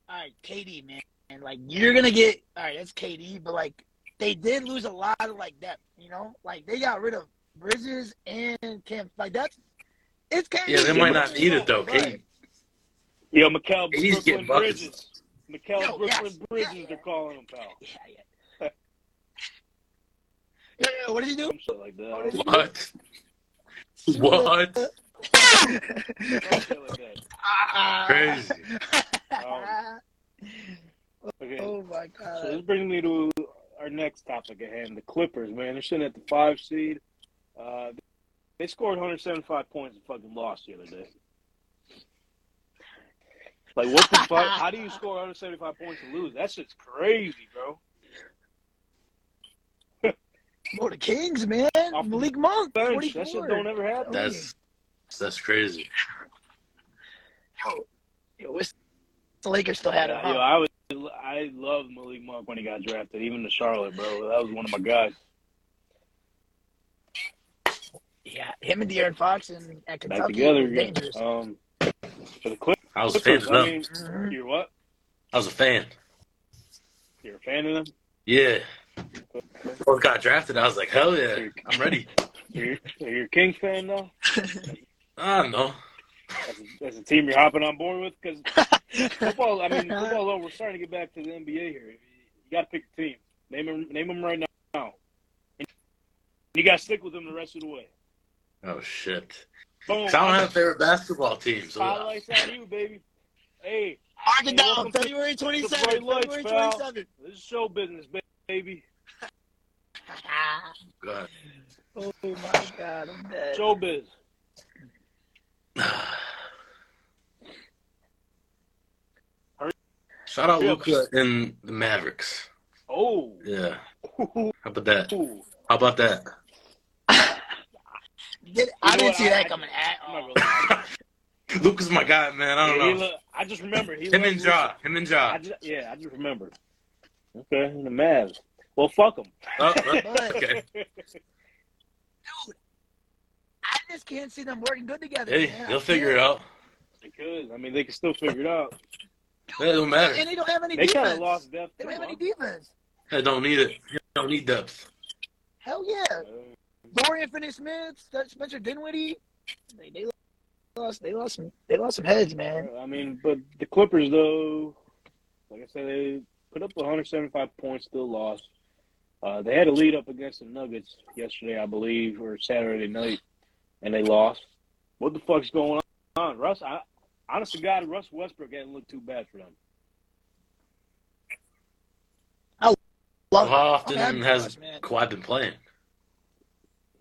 Speaker 5: all right, KD, man, and like you're gonna get all right. That's KD, but like they did lose a lot of like that, you know, like they got rid of Bridges and Kemp. Like that's it's KD.
Speaker 1: Yeah, they might not need it though. Katie.
Speaker 2: Yo, Mikel
Speaker 1: He's
Speaker 2: Brooklyn
Speaker 1: getting buckets.
Speaker 2: Bridges. Mikel
Speaker 5: Yo,
Speaker 2: Brooklyn
Speaker 5: yes.
Speaker 2: Bridges,
Speaker 5: Yeah.
Speaker 2: they're calling him pal.
Speaker 5: Yeah, yeah. yeah, yeah. What did he do?
Speaker 2: Some shit like that.
Speaker 5: What?
Speaker 2: Some
Speaker 1: What? What?
Speaker 2: shit like that.
Speaker 5: Ah.
Speaker 1: Crazy.
Speaker 2: Okay.
Speaker 5: oh my
Speaker 2: So this
Speaker 5: god.
Speaker 2: brings me to our next topic at hand: the Clippers. Man, they're sitting at the five seed. Uh, they scored 175 points and fucking lost the other day. Like, what the fuck? How do you score 175 points and lose? That shit's crazy, bro.
Speaker 5: Oh, the Kings, man.
Speaker 2: Off the
Speaker 5: Malik Monk.
Speaker 2: Bench,
Speaker 5: 44.
Speaker 2: that shit don't ever happen.
Speaker 1: That's that's crazy.
Speaker 5: Yo, yo, it's the Lakers still had him.
Speaker 2: Yeah,
Speaker 5: huh?
Speaker 2: yo, I was I loved Malik Monk when he got drafted, even to Charlotte, bro. That was one of my guys.
Speaker 5: Yeah, him and De'Aaron Fox and
Speaker 2: Back
Speaker 5: at Kentucky
Speaker 2: together
Speaker 5: were
Speaker 2: again.
Speaker 5: dangerous.
Speaker 2: Um, for the Clippers,
Speaker 1: I was a fan of
Speaker 2: I
Speaker 1: them.
Speaker 2: mean,
Speaker 5: Mhm.
Speaker 2: you're what?
Speaker 1: I was a fan.
Speaker 2: You're a fan of them?
Speaker 1: Yeah. Both got drafted. I was like, hell yeah, I'm ready.
Speaker 2: You're, you're a Kings fan now?
Speaker 1: I don't know.
Speaker 2: As a, as a team you're hopping on board with? Because football, I mean, football. Though, we're starting to get back to the NBA here. You got to pick a team. Name them. Name them right now. And you got to stick with them the rest of the way.
Speaker 1: Oh shit.
Speaker 2: Boom.
Speaker 1: 'Cause I don't have a favorite basketball team. So
Speaker 2: Spotlights on you, baby. Hey,
Speaker 5: Mark it
Speaker 2: Hey,
Speaker 5: down,
Speaker 2: welcome to-
Speaker 5: February twenty
Speaker 2: to Bright
Speaker 5: seventh.
Speaker 2: Lights,
Speaker 5: February
Speaker 2: pal.
Speaker 5: twenty seventh.
Speaker 2: this is show business, ba- baby.
Speaker 1: go ahead.
Speaker 5: oh my god, I'm dead.
Speaker 2: Show biz.
Speaker 1: Shout out
Speaker 2: Yeah.
Speaker 1: Luca and the Mavericks.
Speaker 2: Oh.
Speaker 1: Yeah. How about that?
Speaker 2: Ooh.
Speaker 1: How about that?
Speaker 5: Did,
Speaker 2: know
Speaker 5: I didn't
Speaker 2: what,
Speaker 5: see
Speaker 2: I-
Speaker 5: that
Speaker 2: I-
Speaker 5: coming at
Speaker 2: I'm not
Speaker 5: all.
Speaker 2: gonna lie.
Speaker 1: Luca's my guy, man. I
Speaker 2: Yeah, he
Speaker 1: don't know.
Speaker 2: look- I just remember he
Speaker 1: Him
Speaker 2: looked-
Speaker 1: and Ja. Him and Ja.
Speaker 2: I just, yeah, I just remember. Okay, and the Mavs. Well, fuck them.
Speaker 1: Oh, oh,
Speaker 5: But
Speaker 1: okay.
Speaker 5: I just can't see them working good together.
Speaker 1: Hey,
Speaker 5: man. I
Speaker 1: they'll figure it
Speaker 5: can't.
Speaker 1: out.
Speaker 2: Because I mean, they can still figure it out.
Speaker 1: It don't
Speaker 5: And
Speaker 1: matter.
Speaker 5: they don't have any
Speaker 2: They kind
Speaker 5: defense.
Speaker 2: of lost depth.
Speaker 5: They
Speaker 2: too,
Speaker 5: don't have
Speaker 2: huh?
Speaker 5: any defense.
Speaker 1: They don't need it. They don't need depth.
Speaker 5: Hell yeah.
Speaker 2: Uh,
Speaker 5: Dorian finished Smith, Spencer Dinwiddie. They, they lost they lost some they lost some heads, man.
Speaker 2: Uh, I mean, but the Clippers, though, like I said, they put up 175 points, still lost. Uh, they had a lead up against the Nuggets yesterday, I believe, or Saturday night, and they lost. What the fuck's going on, Russ? I, honest to God, Russ Westbrook hadn't looked too bad for them.
Speaker 1: How
Speaker 2: Oh,
Speaker 5: Love I'm happy
Speaker 1: often
Speaker 5: for
Speaker 1: has
Speaker 5: us, man.
Speaker 1: Kawhi been playing?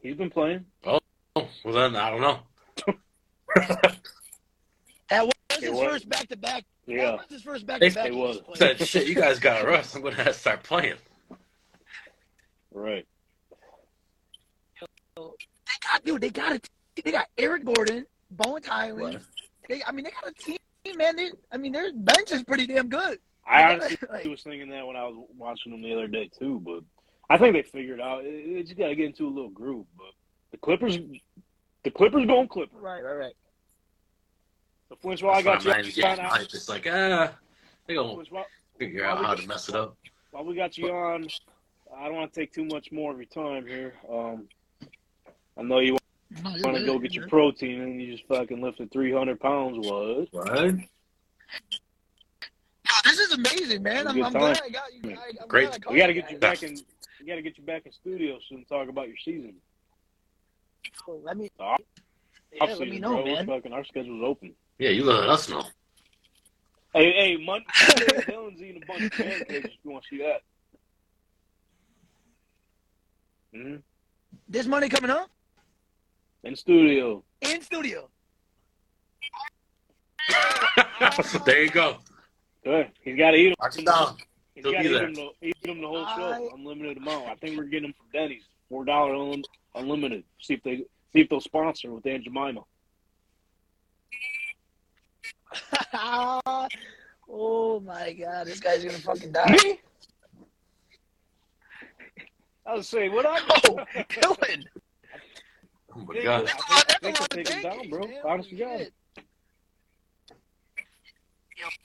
Speaker 2: He's been playing.
Speaker 1: Oh, well then I don't know.
Speaker 5: That was his
Speaker 2: was.
Speaker 5: first back to back.
Speaker 2: Yeah,
Speaker 5: That was his first back
Speaker 1: They-
Speaker 5: to back.
Speaker 2: it was.
Speaker 1: Said shit, you guys got Russ. I'm gonna have to start playing.
Speaker 2: right.
Speaker 5: They got dude, they got a t- they got Eric Gordon, Bowen Tyler.
Speaker 1: What?
Speaker 5: They I mean they got a team, man. They, I mean their bench is pretty damn good.
Speaker 2: I honestly
Speaker 5: Like-
Speaker 2: was thinking that when I was watching them the other day too, but I think they figured out. It, it just got to get into a little groove. But the Clippers, the Clippers going Clippers.
Speaker 5: Right, right, right.
Speaker 2: The Flinch while I got you.
Speaker 1: Sometimes, yeah,
Speaker 2: on, I-
Speaker 1: it's just like ah, they gonna
Speaker 2: Flinch, while,
Speaker 1: figure out how to mess it up.
Speaker 2: while we got you on, I don't want to take too much more of your time here. Um, I know you want to go get your protein, and you just fucking lifted three hundred pounds. What?
Speaker 1: What?
Speaker 5: Yo, this is amazing, man. I'm,
Speaker 2: Good
Speaker 5: I'm
Speaker 2: time.
Speaker 5: glad I got you. I, I'm
Speaker 1: Great.
Speaker 5: Glad I caught
Speaker 2: We got to get you
Speaker 5: guys.
Speaker 2: back in. We got to get you back in studio soon. and Talk about your season.
Speaker 5: So Let me.
Speaker 2: Off-
Speaker 5: Yeah, let
Speaker 2: Offseason,
Speaker 5: me know,
Speaker 2: bro. We're
Speaker 5: man.
Speaker 2: Fucking, our schedule's open.
Speaker 1: Yeah, you let us know.
Speaker 2: Hey, hey, Monday, Dylan's eating a bunch of pancakes. If you want to see that? hmm
Speaker 5: This Monday coming up
Speaker 2: In studio.
Speaker 5: in studio.
Speaker 1: there you go.
Speaker 2: Good. He's got to eat them.
Speaker 1: Mark it down.
Speaker 2: He's
Speaker 1: He'll
Speaker 2: got
Speaker 1: be
Speaker 2: to eat
Speaker 1: there.
Speaker 2: them, the, eat them the whole
Speaker 5: I-
Speaker 2: show, unlimited amount. I think we're getting them from Denny's, four dollar un, unlimited. See if they see if they'll sponsor with Aunt Jemima.
Speaker 5: oh my god, this guy's gonna fucking die. Me?
Speaker 2: I was saying, what up?
Speaker 5: Oh, Dylan.
Speaker 1: Oh my god.
Speaker 5: That's a lot. That's a
Speaker 2: They
Speaker 5: lot
Speaker 2: can
Speaker 5: of
Speaker 2: take him down,
Speaker 5: pancakes,
Speaker 2: bro.
Speaker 5: man.
Speaker 2: Honest to
Speaker 5: Holy
Speaker 2: God.
Speaker 5: shit.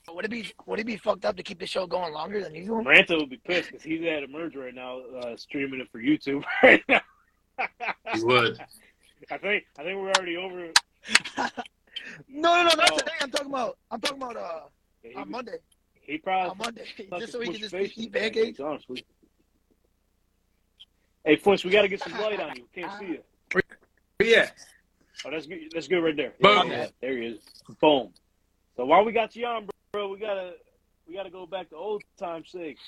Speaker 5: Yo, Would it be would it be fucked up to keep the show going longer than usual?
Speaker 2: Maranta would be pissed because he's at Emerge right now, uh, streaming it for YouTube right now.
Speaker 1: You would.
Speaker 2: I think I think we're already over.
Speaker 5: No, no, no, not
Speaker 2: Oh.
Speaker 5: today. I'm talking about I'm talking about uh
Speaker 2: He,
Speaker 5: on Monday.
Speaker 2: he
Speaker 5: On
Speaker 2: probably
Speaker 5: Monday, just so we can
Speaker 2: Fucking
Speaker 5: just
Speaker 2: push
Speaker 5: eat
Speaker 2: face
Speaker 5: pancakes.
Speaker 2: Honestly. Hey, Flinch, we got to get some light on you. We can't see you.
Speaker 1: Yeah.
Speaker 2: Oh, that's good. That's good right there.
Speaker 1: Boom.
Speaker 2: Yeah, there he is. Boom. So while we got you on, bro, we gotta we gotta go back to old time six.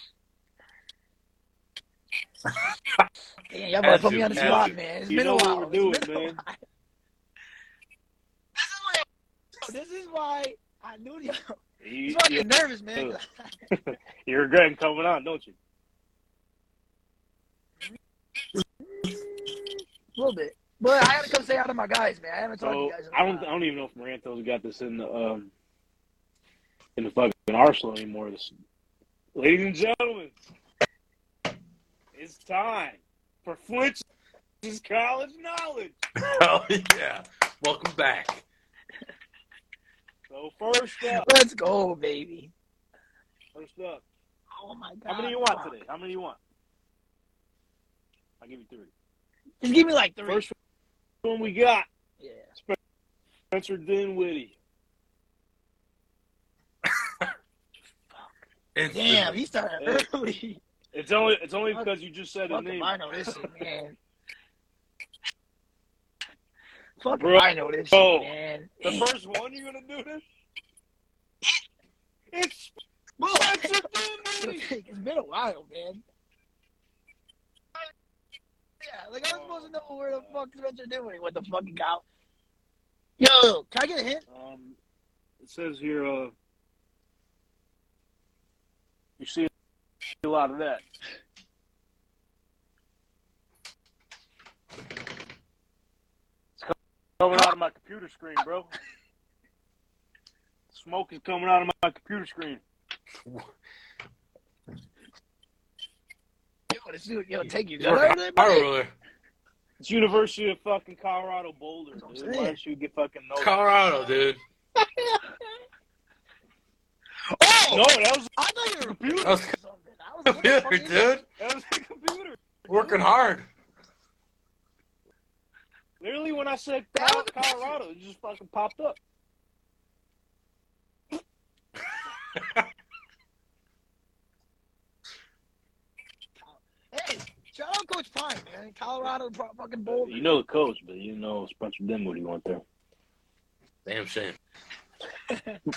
Speaker 5: Damn, y'all about to
Speaker 1: Had
Speaker 5: put
Speaker 1: to,
Speaker 5: me on the
Speaker 1: had
Speaker 5: spot,
Speaker 1: to.
Speaker 5: man. It's
Speaker 2: You
Speaker 5: been
Speaker 2: know
Speaker 5: a
Speaker 2: what
Speaker 5: while.
Speaker 2: we're
Speaker 5: It's
Speaker 2: doing,
Speaker 5: been a
Speaker 2: man.
Speaker 5: while. This is why. I knew you. He's
Speaker 2: You,
Speaker 5: fucking
Speaker 2: you,
Speaker 5: nervous, man.
Speaker 2: Ugh. you regret coming on, don't you?
Speaker 5: a little bit. But I had to come say hi to my guys, man. I haven't talked to
Speaker 2: So
Speaker 5: you guys. in a
Speaker 2: I don't I
Speaker 5: while.
Speaker 2: don't even know if Maranto's got this in the um in the fucking arsenal anymore. This- ladies and gentlemen, it's time for Flinch's college knowledge.
Speaker 1: Oh yeah. Welcome back.
Speaker 2: So first up,
Speaker 5: Let's go, baby.
Speaker 2: first up,
Speaker 5: Oh my god.
Speaker 2: how many you want today? How many you want? I'll give you three.
Speaker 5: Just give me like three.
Speaker 2: First one we got
Speaker 5: yeah.
Speaker 2: Spencer Dinwiddie.
Speaker 1: Instantly.
Speaker 5: Damn, he started early.
Speaker 2: It's only it's only because you just said his
Speaker 5: Fuck
Speaker 2: name.
Speaker 5: if I know this shit, man. Fuck
Speaker 2: Bro.
Speaker 5: if I know this
Speaker 2: Bro.
Speaker 5: shit, man.
Speaker 2: The first one you're gonna do this? It's
Speaker 5: Bro,
Speaker 2: Spencer Dinwiddie.
Speaker 5: it's been a while, man. Yeah, like I was supposed to know where the fuck Spencer doing with the fucking cow. Yo, can I get a hint?
Speaker 2: Um, it says here, uh, you see a lot of that. It's co- coming out of my computer screen, bro. Smoke is coming out of my computer screen.
Speaker 5: Yo, this dude, yo, take you.
Speaker 1: He's working hard over there.
Speaker 2: It's University of fucking Colorado Boulder,
Speaker 5: That's what I'm
Speaker 2: dude. Why
Speaker 5: saying.
Speaker 2: don't you get fucking no?
Speaker 1: Colorado, dude.
Speaker 5: Oh,
Speaker 2: no, that was
Speaker 5: I thought you were a computer.
Speaker 1: That was-
Speaker 5: or something. I was like, what the
Speaker 1: Computer,
Speaker 5: fuck is-
Speaker 1: dude.
Speaker 2: that was the computer.
Speaker 1: Working hard.
Speaker 2: Literally, when I said
Speaker 5: That
Speaker 2: Col-
Speaker 5: was a picture.
Speaker 2: Colorado, it just fucking popped up.
Speaker 5: Hey, shout out Coach Pine, man. Colorado pro- fucking Boulder.
Speaker 2: You know the coach, but you know Spencer Dinwiddie went there.
Speaker 1: Damn shame.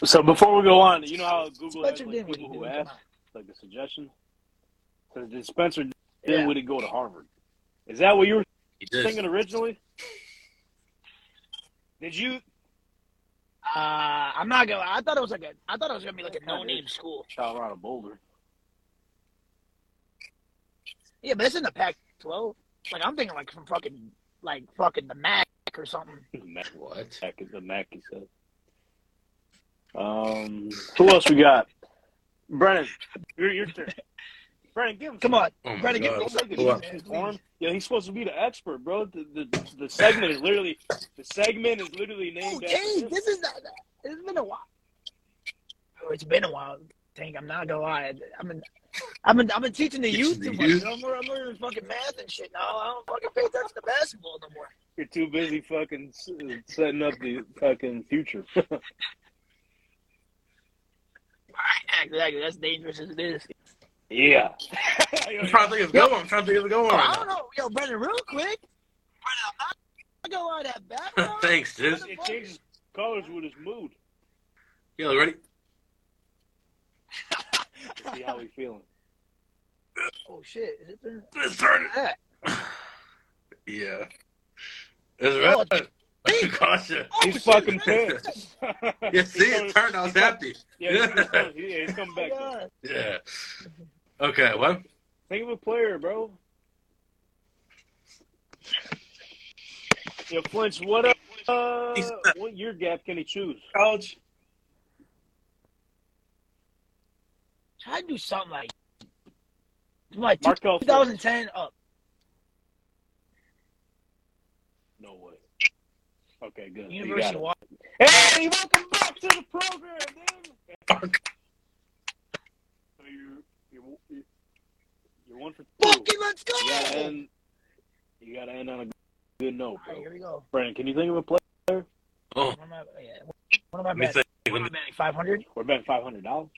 Speaker 2: So before we go on, you know how Google has
Speaker 5: Spencer
Speaker 2: like,
Speaker 5: Dinwiddie,
Speaker 2: people
Speaker 5: dude.
Speaker 2: who
Speaker 5: come
Speaker 2: ask
Speaker 5: on.
Speaker 2: like a suggestion. So did Spencer
Speaker 5: Yeah.
Speaker 2: Dinwiddie go to Harvard? Is that what you were
Speaker 1: He did.
Speaker 2: thinking originally? Did you?
Speaker 5: Uh, I'm not gonna. I thought it was like a. I thought it was gonna be like a no name school.
Speaker 2: Colorado Boulder.
Speaker 5: Yeah, but it's in the Pac-12. Like I'm thinking, like from fucking, like fucking the MAC or something.
Speaker 2: The Mac-
Speaker 1: What?
Speaker 2: the Mackey said. Um, who else we got? Brennan, your your turn. Brennan, give him.
Speaker 5: Come on,
Speaker 1: Oh my
Speaker 5: Brother, get
Speaker 1: God.
Speaker 5: this-
Speaker 2: Don't make
Speaker 1: Hold on.
Speaker 2: it easy for him. Yeah, he's supposed to be the expert, bro. The, the the segment is literally the segment is literally
Speaker 5: dude.
Speaker 2: named after
Speaker 5: Hey,
Speaker 2: him.
Speaker 5: this is not. It's been a while. Oh, it's been a while. Tank, I'm not gonna lie. I've been, I've been, I've been teaching the youth too much. You know, I'm, lear- I'm learning fucking math and shit now. I don't fucking pay attention to basketball no more.
Speaker 2: You're too busy fucking s- setting up the fucking future.
Speaker 5: Exactly. That's dangerous as it is.
Speaker 2: yeah.
Speaker 1: I'm trying to think of a good one. I'm trying to think of a good one.
Speaker 5: Yo, I
Speaker 1: right
Speaker 5: don't know, yo, brother. Real quick, brother, I'm not gonna lie. That
Speaker 1: now.
Speaker 5: background.
Speaker 1: Thanks, dude.
Speaker 2: it changes colors with his mood.
Speaker 1: Yo, ready?
Speaker 2: See how he's feeling.
Speaker 5: Oh shit! Is it there?
Speaker 1: Let's turn
Speaker 5: What's that?
Speaker 1: it. yeah. It's red. Caution.
Speaker 5: Oh,
Speaker 2: He's
Speaker 5: shit,
Speaker 2: fucking
Speaker 5: it's red.
Speaker 2: pissed. Oh,
Speaker 1: You see, it turned. I was happy.
Speaker 2: Yeah, he's, he's, coming, yeah, he's coming back. though.
Speaker 5: Yeah.
Speaker 1: Yeah. Okay, what?
Speaker 2: Think of a player, bro. Yo, Flinch, what up? Uh, what year gap can he choose?
Speaker 1: College.
Speaker 5: Try to do something like like two- uh,
Speaker 2: Markel. Fultz.
Speaker 5: 2010 up.
Speaker 2: No way. Okay, good. You got
Speaker 5: University
Speaker 2: it.
Speaker 5: of Washington.
Speaker 2: Hey, welcome back to the program, dude.
Speaker 1: Fuck.
Speaker 2: So you you you're one for two.
Speaker 5: Fucking let's go!
Speaker 2: You gotta end. You gotta end on a good note,
Speaker 5: All right,
Speaker 2: bro.
Speaker 5: here we go.
Speaker 2: Brandon, can you think of a play?
Speaker 1: Oh,
Speaker 5: One of my, yeah, one of my
Speaker 1: let me
Speaker 5: best.
Speaker 1: think. Let
Speaker 5: One
Speaker 1: me,
Speaker 5: of my 500.
Speaker 2: We're betting five hundred dollars.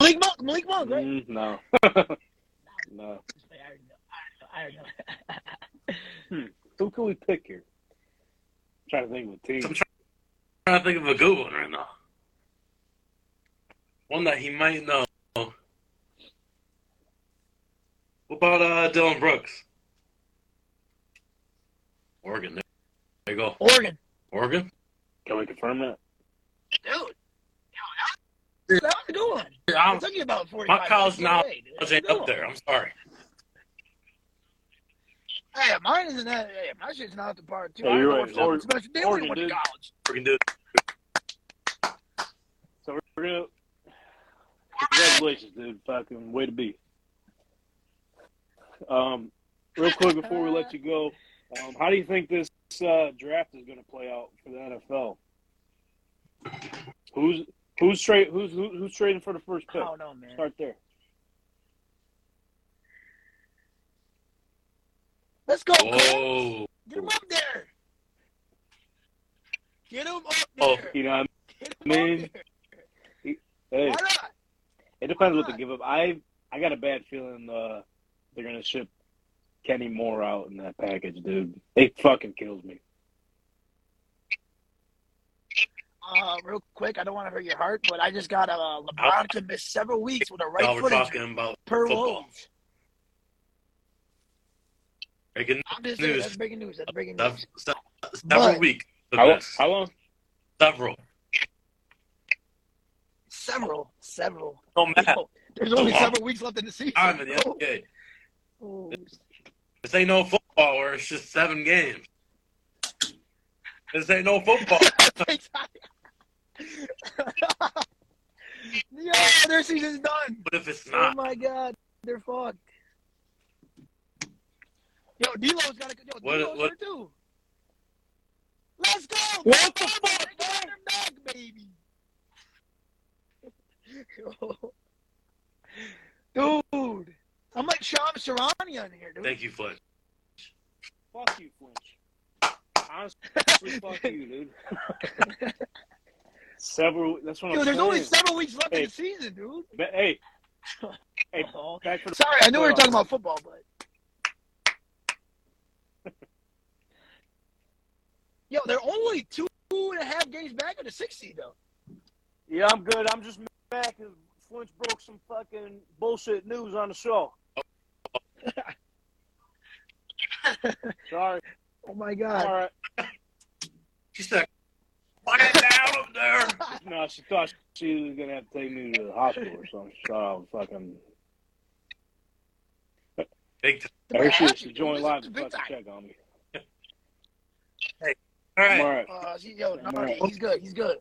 Speaker 5: Malik Monk. Malik Monk. Right?
Speaker 2: Mm, no. no.
Speaker 5: Mm-hmm. I already know. I already know. I already know.
Speaker 2: Who can we pick here? I'm trying to think of a team.
Speaker 1: I'm trying to think of a good one right now. One that he might know. What about uh, Dylan Brooks? Oregon. There there you go.
Speaker 5: Oregon.
Speaker 1: Oregon?
Speaker 2: Can we confirm that?
Speaker 5: Dude. Yo, that, that was a good one.
Speaker 1: Yeah,
Speaker 5: I'm
Speaker 1: I'm,
Speaker 5: talking about 45.
Speaker 1: My college
Speaker 5: minutes
Speaker 1: knowledge
Speaker 5: away, dude.
Speaker 1: I was ain't
Speaker 5: That's a
Speaker 1: up
Speaker 5: good
Speaker 1: there. I'm sorry.
Speaker 5: one. Hey, mine isn't that. Hey, my shit's not at the bar, too.
Speaker 2: Yeah,
Speaker 5: I
Speaker 2: you're
Speaker 5: don't
Speaker 2: right.
Speaker 5: know if
Speaker 2: Oregon-
Speaker 5: special day
Speaker 2: Oregon,
Speaker 5: went to
Speaker 2: dude.
Speaker 5: college.
Speaker 1: Oregon, dude.
Speaker 2: So we're gonna congratulations, dude. Fucking way to be. Um, real quick before we let you go, um, how do you think this uh, draft is going to play out for the NFL? Who's who's trade who's who, who's trading for the first
Speaker 5: I
Speaker 2: pick?
Speaker 5: don't know, man.
Speaker 2: Start there.
Speaker 5: Let's go. Cole.
Speaker 1: Oh,
Speaker 5: Get him up there. Get him up
Speaker 1: Oh,
Speaker 5: there.
Speaker 2: You know, I mean,
Speaker 5: Get him
Speaker 2: man.
Speaker 5: up there.
Speaker 2: hey,
Speaker 5: Why not?
Speaker 2: it depends what they give up. I I got a bad feeling uh, they're going to ship Kenny Moore out in that package, dude. It fucking kills me.
Speaker 5: Uh, real quick, I don't want to hurt your heart, but I just got uh, LeBron to miss several weeks with a right
Speaker 1: y'all were
Speaker 5: foot injury
Speaker 1: talking about
Speaker 5: per
Speaker 1: football.
Speaker 5: Wolves.
Speaker 1: Breaking
Speaker 5: I'm just saying,
Speaker 1: News.
Speaker 5: that's breaking news. That's breaking
Speaker 1: sev-
Speaker 5: news.
Speaker 1: sev- several
Speaker 5: But-
Speaker 1: weeks. The
Speaker 2: How,
Speaker 1: best.
Speaker 2: how long?
Speaker 1: Several.
Speaker 5: Several, several.
Speaker 1: No matter.
Speaker 5: There's only
Speaker 1: Oh, wow.
Speaker 5: several weeks left in the season.
Speaker 1: Time in the NBA.
Speaker 5: Oh,
Speaker 1: This ain't no football where it's just seven games. This ain't no football.
Speaker 5: thanks. Yo, their season's done.
Speaker 1: but if it's
Speaker 5: Oh
Speaker 1: not,
Speaker 5: my god, they're fucked. Yo, D'Lo's got to go.
Speaker 1: What-
Speaker 5: Yo, D-Lo's
Speaker 1: what-
Speaker 5: hurt too. Let's go.
Speaker 1: What the
Speaker 5: Come on,
Speaker 1: fuck,
Speaker 5: Let's get them back, baby. dude, I'm like Sham Sharani on here, dude.
Speaker 1: thank you, Fletch.
Speaker 2: Fuck you, Flinch. Honestly, fuck you, dude. Several. That's what
Speaker 5: Yo,
Speaker 2: I'm
Speaker 5: there's
Speaker 2: saying.
Speaker 5: only several weeks left in
Speaker 2: Hey.
Speaker 5: the season, dude.
Speaker 2: But, hey, hey,
Speaker 5: Oh.
Speaker 2: back for the
Speaker 5: Sorry, I knew we were talking about football, but. Yo, they're only two and a half games back of the 60, though.
Speaker 2: Yeah, I'm good. I'm just back because Flinch broke some fucking bullshit news on the show. Sorry.
Speaker 5: Oh my God.
Speaker 2: All right.
Speaker 1: She said, "Quiet down up there."
Speaker 2: No, she thought she was gonna have to take me to the hospital or something. She thought I was fucking.
Speaker 1: Big time.
Speaker 2: I heard she, she joined live to fucking check on me.
Speaker 1: All
Speaker 2: I'm
Speaker 1: right.
Speaker 2: all right.
Speaker 5: Uh, she, yo, no, he's good. He's good.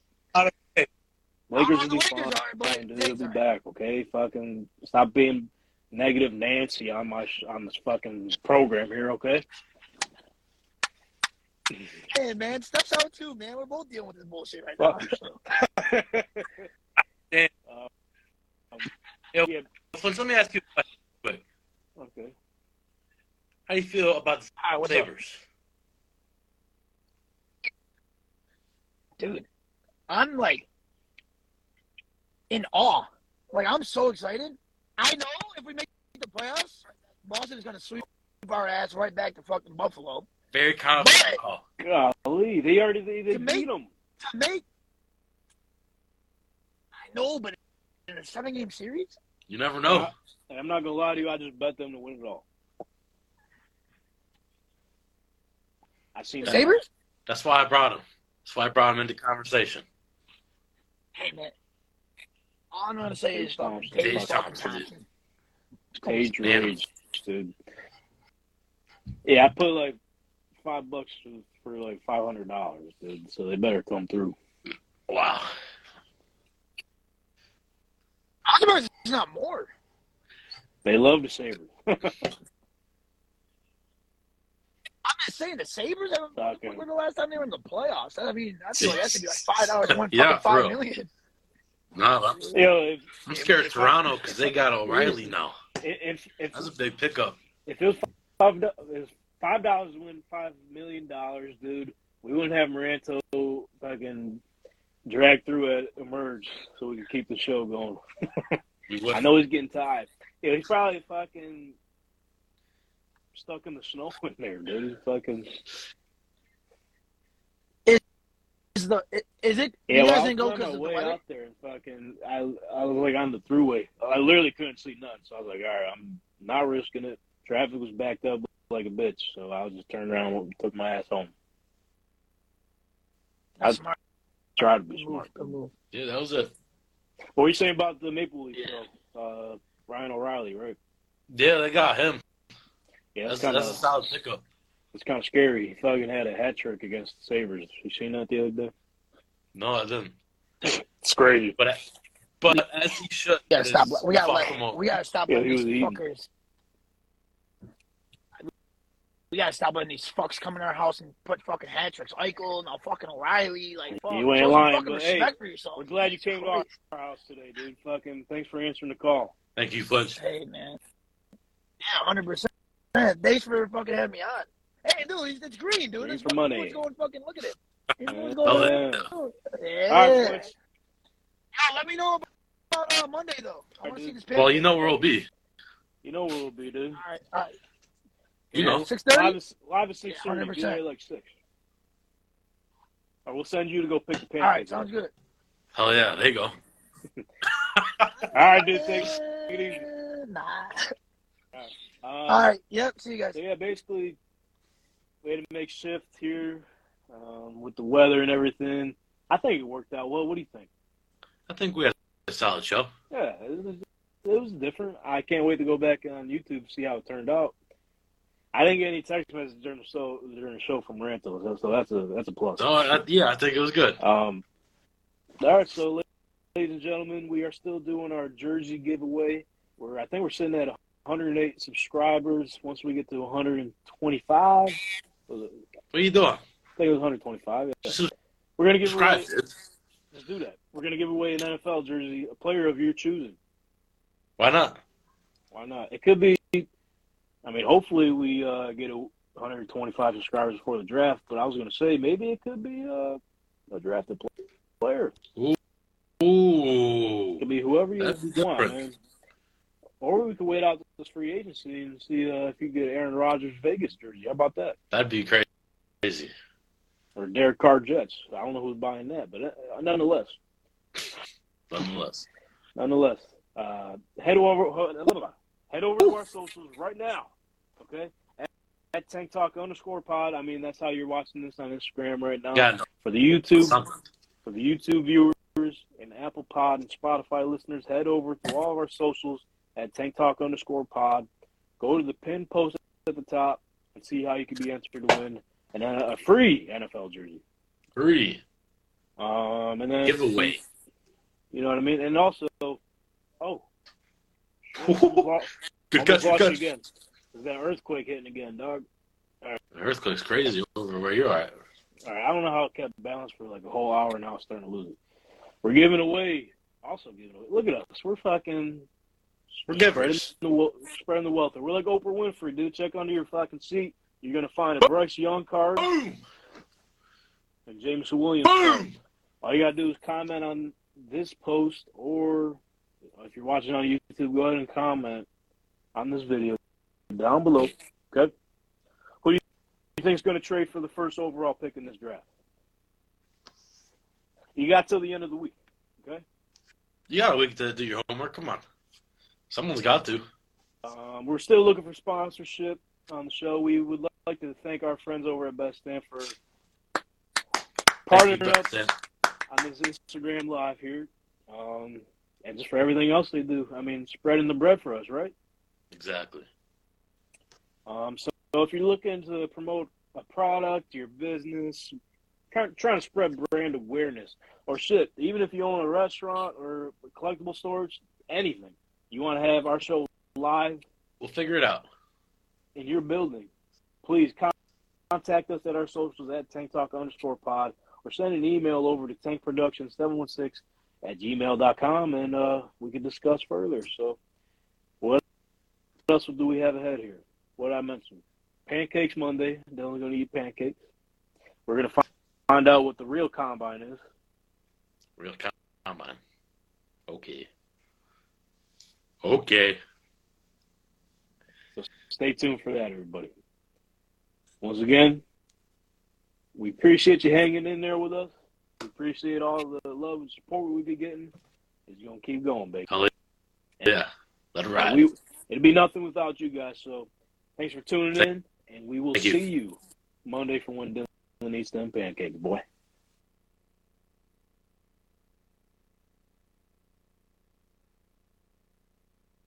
Speaker 2: Lakers will
Speaker 5: Oh, the
Speaker 2: be
Speaker 5: Lakers
Speaker 2: fine.
Speaker 5: are, but
Speaker 2: dude,
Speaker 5: they-
Speaker 2: they'll be back, okay? Fucking stop being negative Nancy on my sh- on this fucking program here, okay?
Speaker 5: Hey, man, Steph's out too, man. We're both dealing with this bullshit right now.
Speaker 2: Fuck yourself. Uh, um, yeah,
Speaker 1: Fletch, let me ask you a question.
Speaker 2: okay.
Speaker 1: How do you feel about the
Speaker 5: All right, what's up?
Speaker 1: Sabers?
Speaker 5: Dude, I'm like in awe. Like, I'm so excited. I know if we make the playoffs, Boston's going to sweep our ass right back to fucking Buffalo.
Speaker 1: Very confident.
Speaker 5: But-
Speaker 1: call.
Speaker 2: Golly, they already they, they
Speaker 5: You make-
Speaker 2: beat them.
Speaker 5: to make. I know, but in a seven game series,
Speaker 1: You never know.
Speaker 2: Uh, And I'm not gonna lie to you, I just bet them to win it all. I seen
Speaker 5: the
Speaker 2: that.
Speaker 5: Sabres?
Speaker 1: That's why I brought him. That's why I brought him into conversation.
Speaker 5: Hey, man. All I'm going to say is fucking
Speaker 2: Thompson.
Speaker 5: Tage
Speaker 1: Thompson.
Speaker 5: Thompson.
Speaker 2: Page
Speaker 1: Man.
Speaker 2: rage, dude. Yeah, I put like five bucks for like five hundred dollars, dude. So they better come through.
Speaker 1: Wow.
Speaker 5: I'm surprised it's not more.
Speaker 2: They love the Sabres.
Speaker 5: I'm not saying the Sabres. I don't
Speaker 2: Fucking-
Speaker 5: when the last time they were in the playoffs. I mean, I feel like that should be like five dollars one
Speaker 1: Yeah,
Speaker 5: fucking five
Speaker 1: for real.
Speaker 5: million.
Speaker 1: No, I'm,
Speaker 2: You know, if
Speaker 1: I'm scared of Toronto because they got O'Reilly now.
Speaker 2: if if
Speaker 1: That's a big pickup.
Speaker 2: if it was five do- if five dollars win five million dollars, dude, we wouldn't have Maranto fucking drag through at emerge so we could keep the show going.
Speaker 1: We would.
Speaker 2: I know he's getting tired. Yeah, he's probably fucking stuck in the snow in there, dude. He's fucking
Speaker 5: Is the i- is it?
Speaker 2: yeah.
Speaker 5: you
Speaker 2: well,
Speaker 5: guys
Speaker 2: I
Speaker 5: didn't go
Speaker 2: was on my
Speaker 5: because of the
Speaker 2: way
Speaker 5: weather.
Speaker 2: out there and fucking I I was like on the throughway. I literally couldn't see nothing, so I was like, all right, I'm not risking it. Traffic was backed up like a bitch, so I was just turned around and took my ass home.
Speaker 5: That's smart.
Speaker 2: Try to be
Speaker 5: Good
Speaker 2: smart.
Speaker 5: move. Good move.
Speaker 1: Yeah, that was it.
Speaker 2: What were you saying about the Maple Leafs?
Speaker 1: Yeah.
Speaker 2: though? Uh, Ryan O'Reilly, right?
Speaker 1: Yeah, they got him.
Speaker 2: Yeah,
Speaker 1: That's,
Speaker 2: that's kind
Speaker 1: that's a
Speaker 2: of
Speaker 1: solid pickup.
Speaker 2: it's kind of scary. He fucking had a hat trick against the Sabers. You seen that the other day?
Speaker 1: No, I didn't.
Speaker 2: It's crazy.
Speaker 1: But but as he should.
Speaker 5: gotta
Speaker 1: is
Speaker 5: stop. We gotta
Speaker 1: fuck him
Speaker 5: let,
Speaker 1: over.
Speaker 5: we gotta stop
Speaker 2: Yeah,
Speaker 5: letting
Speaker 2: he was
Speaker 5: these
Speaker 2: eating.
Speaker 5: fuckers. We gotta stop letting these fucks come in our house and put fucking hat tricks, Eichel and a fucking O'Reilly. Like fuck,
Speaker 2: You
Speaker 5: show
Speaker 2: ain't
Speaker 5: some
Speaker 2: lying,
Speaker 5: Fucking
Speaker 2: but, hey,
Speaker 5: respect for yourself.
Speaker 2: We're glad you
Speaker 5: Jesus
Speaker 2: came to our
Speaker 5: Christ.
Speaker 2: our house today, dude. Fucking thanks for answering the call.
Speaker 1: Thank you, Flinch.
Speaker 5: Hey man, yeah, hundred percent. Thanks for fucking having me on. Hey dude, it's, it's green, dude.
Speaker 2: Green
Speaker 5: It's
Speaker 2: for
Speaker 5: fucking,
Speaker 2: money.
Speaker 5: It's going fucking. Look at it. It's
Speaker 2: Yeah.
Speaker 5: going
Speaker 1: Oh,
Speaker 5: going.
Speaker 1: yeah.
Speaker 5: Yeah.
Speaker 2: All right, Fletch.
Speaker 5: Yo, let me know about uh, Monday though. I want to see this picture.
Speaker 1: Well, you know where we'll be.
Speaker 2: You know where we'll be, dude.
Speaker 5: All right, all right.
Speaker 1: You know.
Speaker 5: six
Speaker 2: Live
Speaker 5: thirty.
Speaker 2: is live at six
Speaker 5: Yeah,
Speaker 2: thirty. Be
Speaker 5: 100%.
Speaker 2: there like six. All right, we'll send you to go pick the
Speaker 5: All right,
Speaker 2: pancakes.
Speaker 5: sounds good.
Speaker 1: Hell yeah, there you go.
Speaker 2: All right, dude. Thanks. Take it easy.
Speaker 5: Uh, Nah.
Speaker 2: Uh,
Speaker 5: All right. Yep. See you guys.
Speaker 2: So yeah, basically, we had to make shift here um, with the weather and everything. I think it worked out well. What do you think?
Speaker 1: I think we had a solid show.
Speaker 2: Yeah, it was, it was different. I can't wait to go back on YouTube see how it turned out. I didn't get any text messages during the show during the show from Rantos, so- so that's a that's a plus.
Speaker 1: So I, yeah, I think it was good.
Speaker 2: Um, all right, so la- ladies and gentlemen, we are still doing our jersey giveaway. We're I think we're sitting at 108 subscribers. Once we get to 125, was it-
Speaker 1: What are you doing?
Speaker 2: I think it was 125. yeah.
Speaker 1: Just
Speaker 2: We're gonna give
Speaker 1: subscribe.
Speaker 2: away.
Speaker 1: dude.
Speaker 2: Let's do that. We're gonna give away an NFL jersey, a player of your choosing.
Speaker 1: Why not?
Speaker 2: Why not? It could be. I mean, hopefully we uh, get a 125 subscribers before the draft. But I was gonna say maybe it could be uh, a drafted pl- player.
Speaker 1: Ooh.
Speaker 2: It could be whoever you
Speaker 1: That'd be
Speaker 2: want,
Speaker 1: different.
Speaker 2: man. Or we could wait out this free agency and see uh, if you get Aaron Rodgers Vegas jersey. How about that?
Speaker 1: That'd be cra- crazy.
Speaker 2: Or Derek Carr Jets. I don't know who's buying that, but uh, nonetheless,
Speaker 1: Nonetheless.
Speaker 2: nonetheless, uh, head over head over to our socials right now. Okay, at, at Tank Talk underscore Pod. I mean, that's how you're watching this on Instagram right now.
Speaker 1: Got
Speaker 2: For the YouTube,
Speaker 1: something.
Speaker 2: for the YouTube viewers and Apple Pod and Spotify listeners, head over to all of our socials at Tank Talk underscore Pod. Go to the pin post at the top and see how you can be entered to win an, uh, a free NFL jersey.
Speaker 1: Three.
Speaker 2: Um, and then
Speaker 1: Giveaway.
Speaker 2: You know what I mean? And also, oh,
Speaker 1: Good
Speaker 2: Almost
Speaker 1: catch,
Speaker 2: lost
Speaker 1: good
Speaker 2: you
Speaker 1: catch.
Speaker 2: again. There's that earthquake hitting again, dog.
Speaker 1: The earthquake's crazy over where you're at.
Speaker 2: All right, I don't know how it kept balance for like a whole hour, and now it's starting to lose it. We're giving away, also giving away. Look at us, we're fucking
Speaker 1: We're
Speaker 2: spreading
Speaker 1: givers.
Speaker 2: the, wel- spreading the wealth. We're like Oprah Winfrey, dude. Check under your fucking seat. You're gonna find a Bryce Young card
Speaker 1: Boom!
Speaker 2: and Jameson Williams. card.
Speaker 1: Boom!
Speaker 2: All you gotta do is comment on this post, or if you're watching on YouTube, go ahead and comment on this video down below. Okay. Who do you think's gonna trade for the first overall pick in this draft? You got till the end of the week. Okay.
Speaker 1: You got a week to do your homework. Come on. Someone's got to.
Speaker 2: Um, we're still looking for sponsorship on the show. We would li- like to thank our friends over at Best Stand for
Speaker 1: Thank you,
Speaker 2: partnering up
Speaker 1: Beth, Dan.
Speaker 2: on this Instagram live here, um, and just for everything else they do. I mean, spreading the bread for us, right?
Speaker 1: Exactly.
Speaker 2: Um, so, so if you're looking to promote a product, your business, trying, trying to spread brand awareness, or shit, even if you own a restaurant or collectible stores, anything, you want to have our show live
Speaker 1: We'll figure it out.
Speaker 2: in your building, please con- contact us at our socials at Tank Talk underscore pod or send an email over to tankproduction716 at gmail.com and uh, we can discuss further. So, what else do we have ahead here? What I mentioned Pancakes Monday. They're only going to eat pancakes. We're going to find, find out what the real combine is.
Speaker 1: Real com- combine. Okay. Okay.
Speaker 2: So, stay tuned for that, everybody. Once again, we appreciate you hanging in there with us. We appreciate all the love and support we've been getting. It's gonna keep going, baby.
Speaker 1: Hell Yeah. Let it ride.
Speaker 2: And we- it'd be nothing without you guys. So, thanks for tuning
Speaker 1: Thank-
Speaker 2: in, and we will
Speaker 1: Thank you.
Speaker 2: see you Monday for when Dylan eats them pancakes, boy.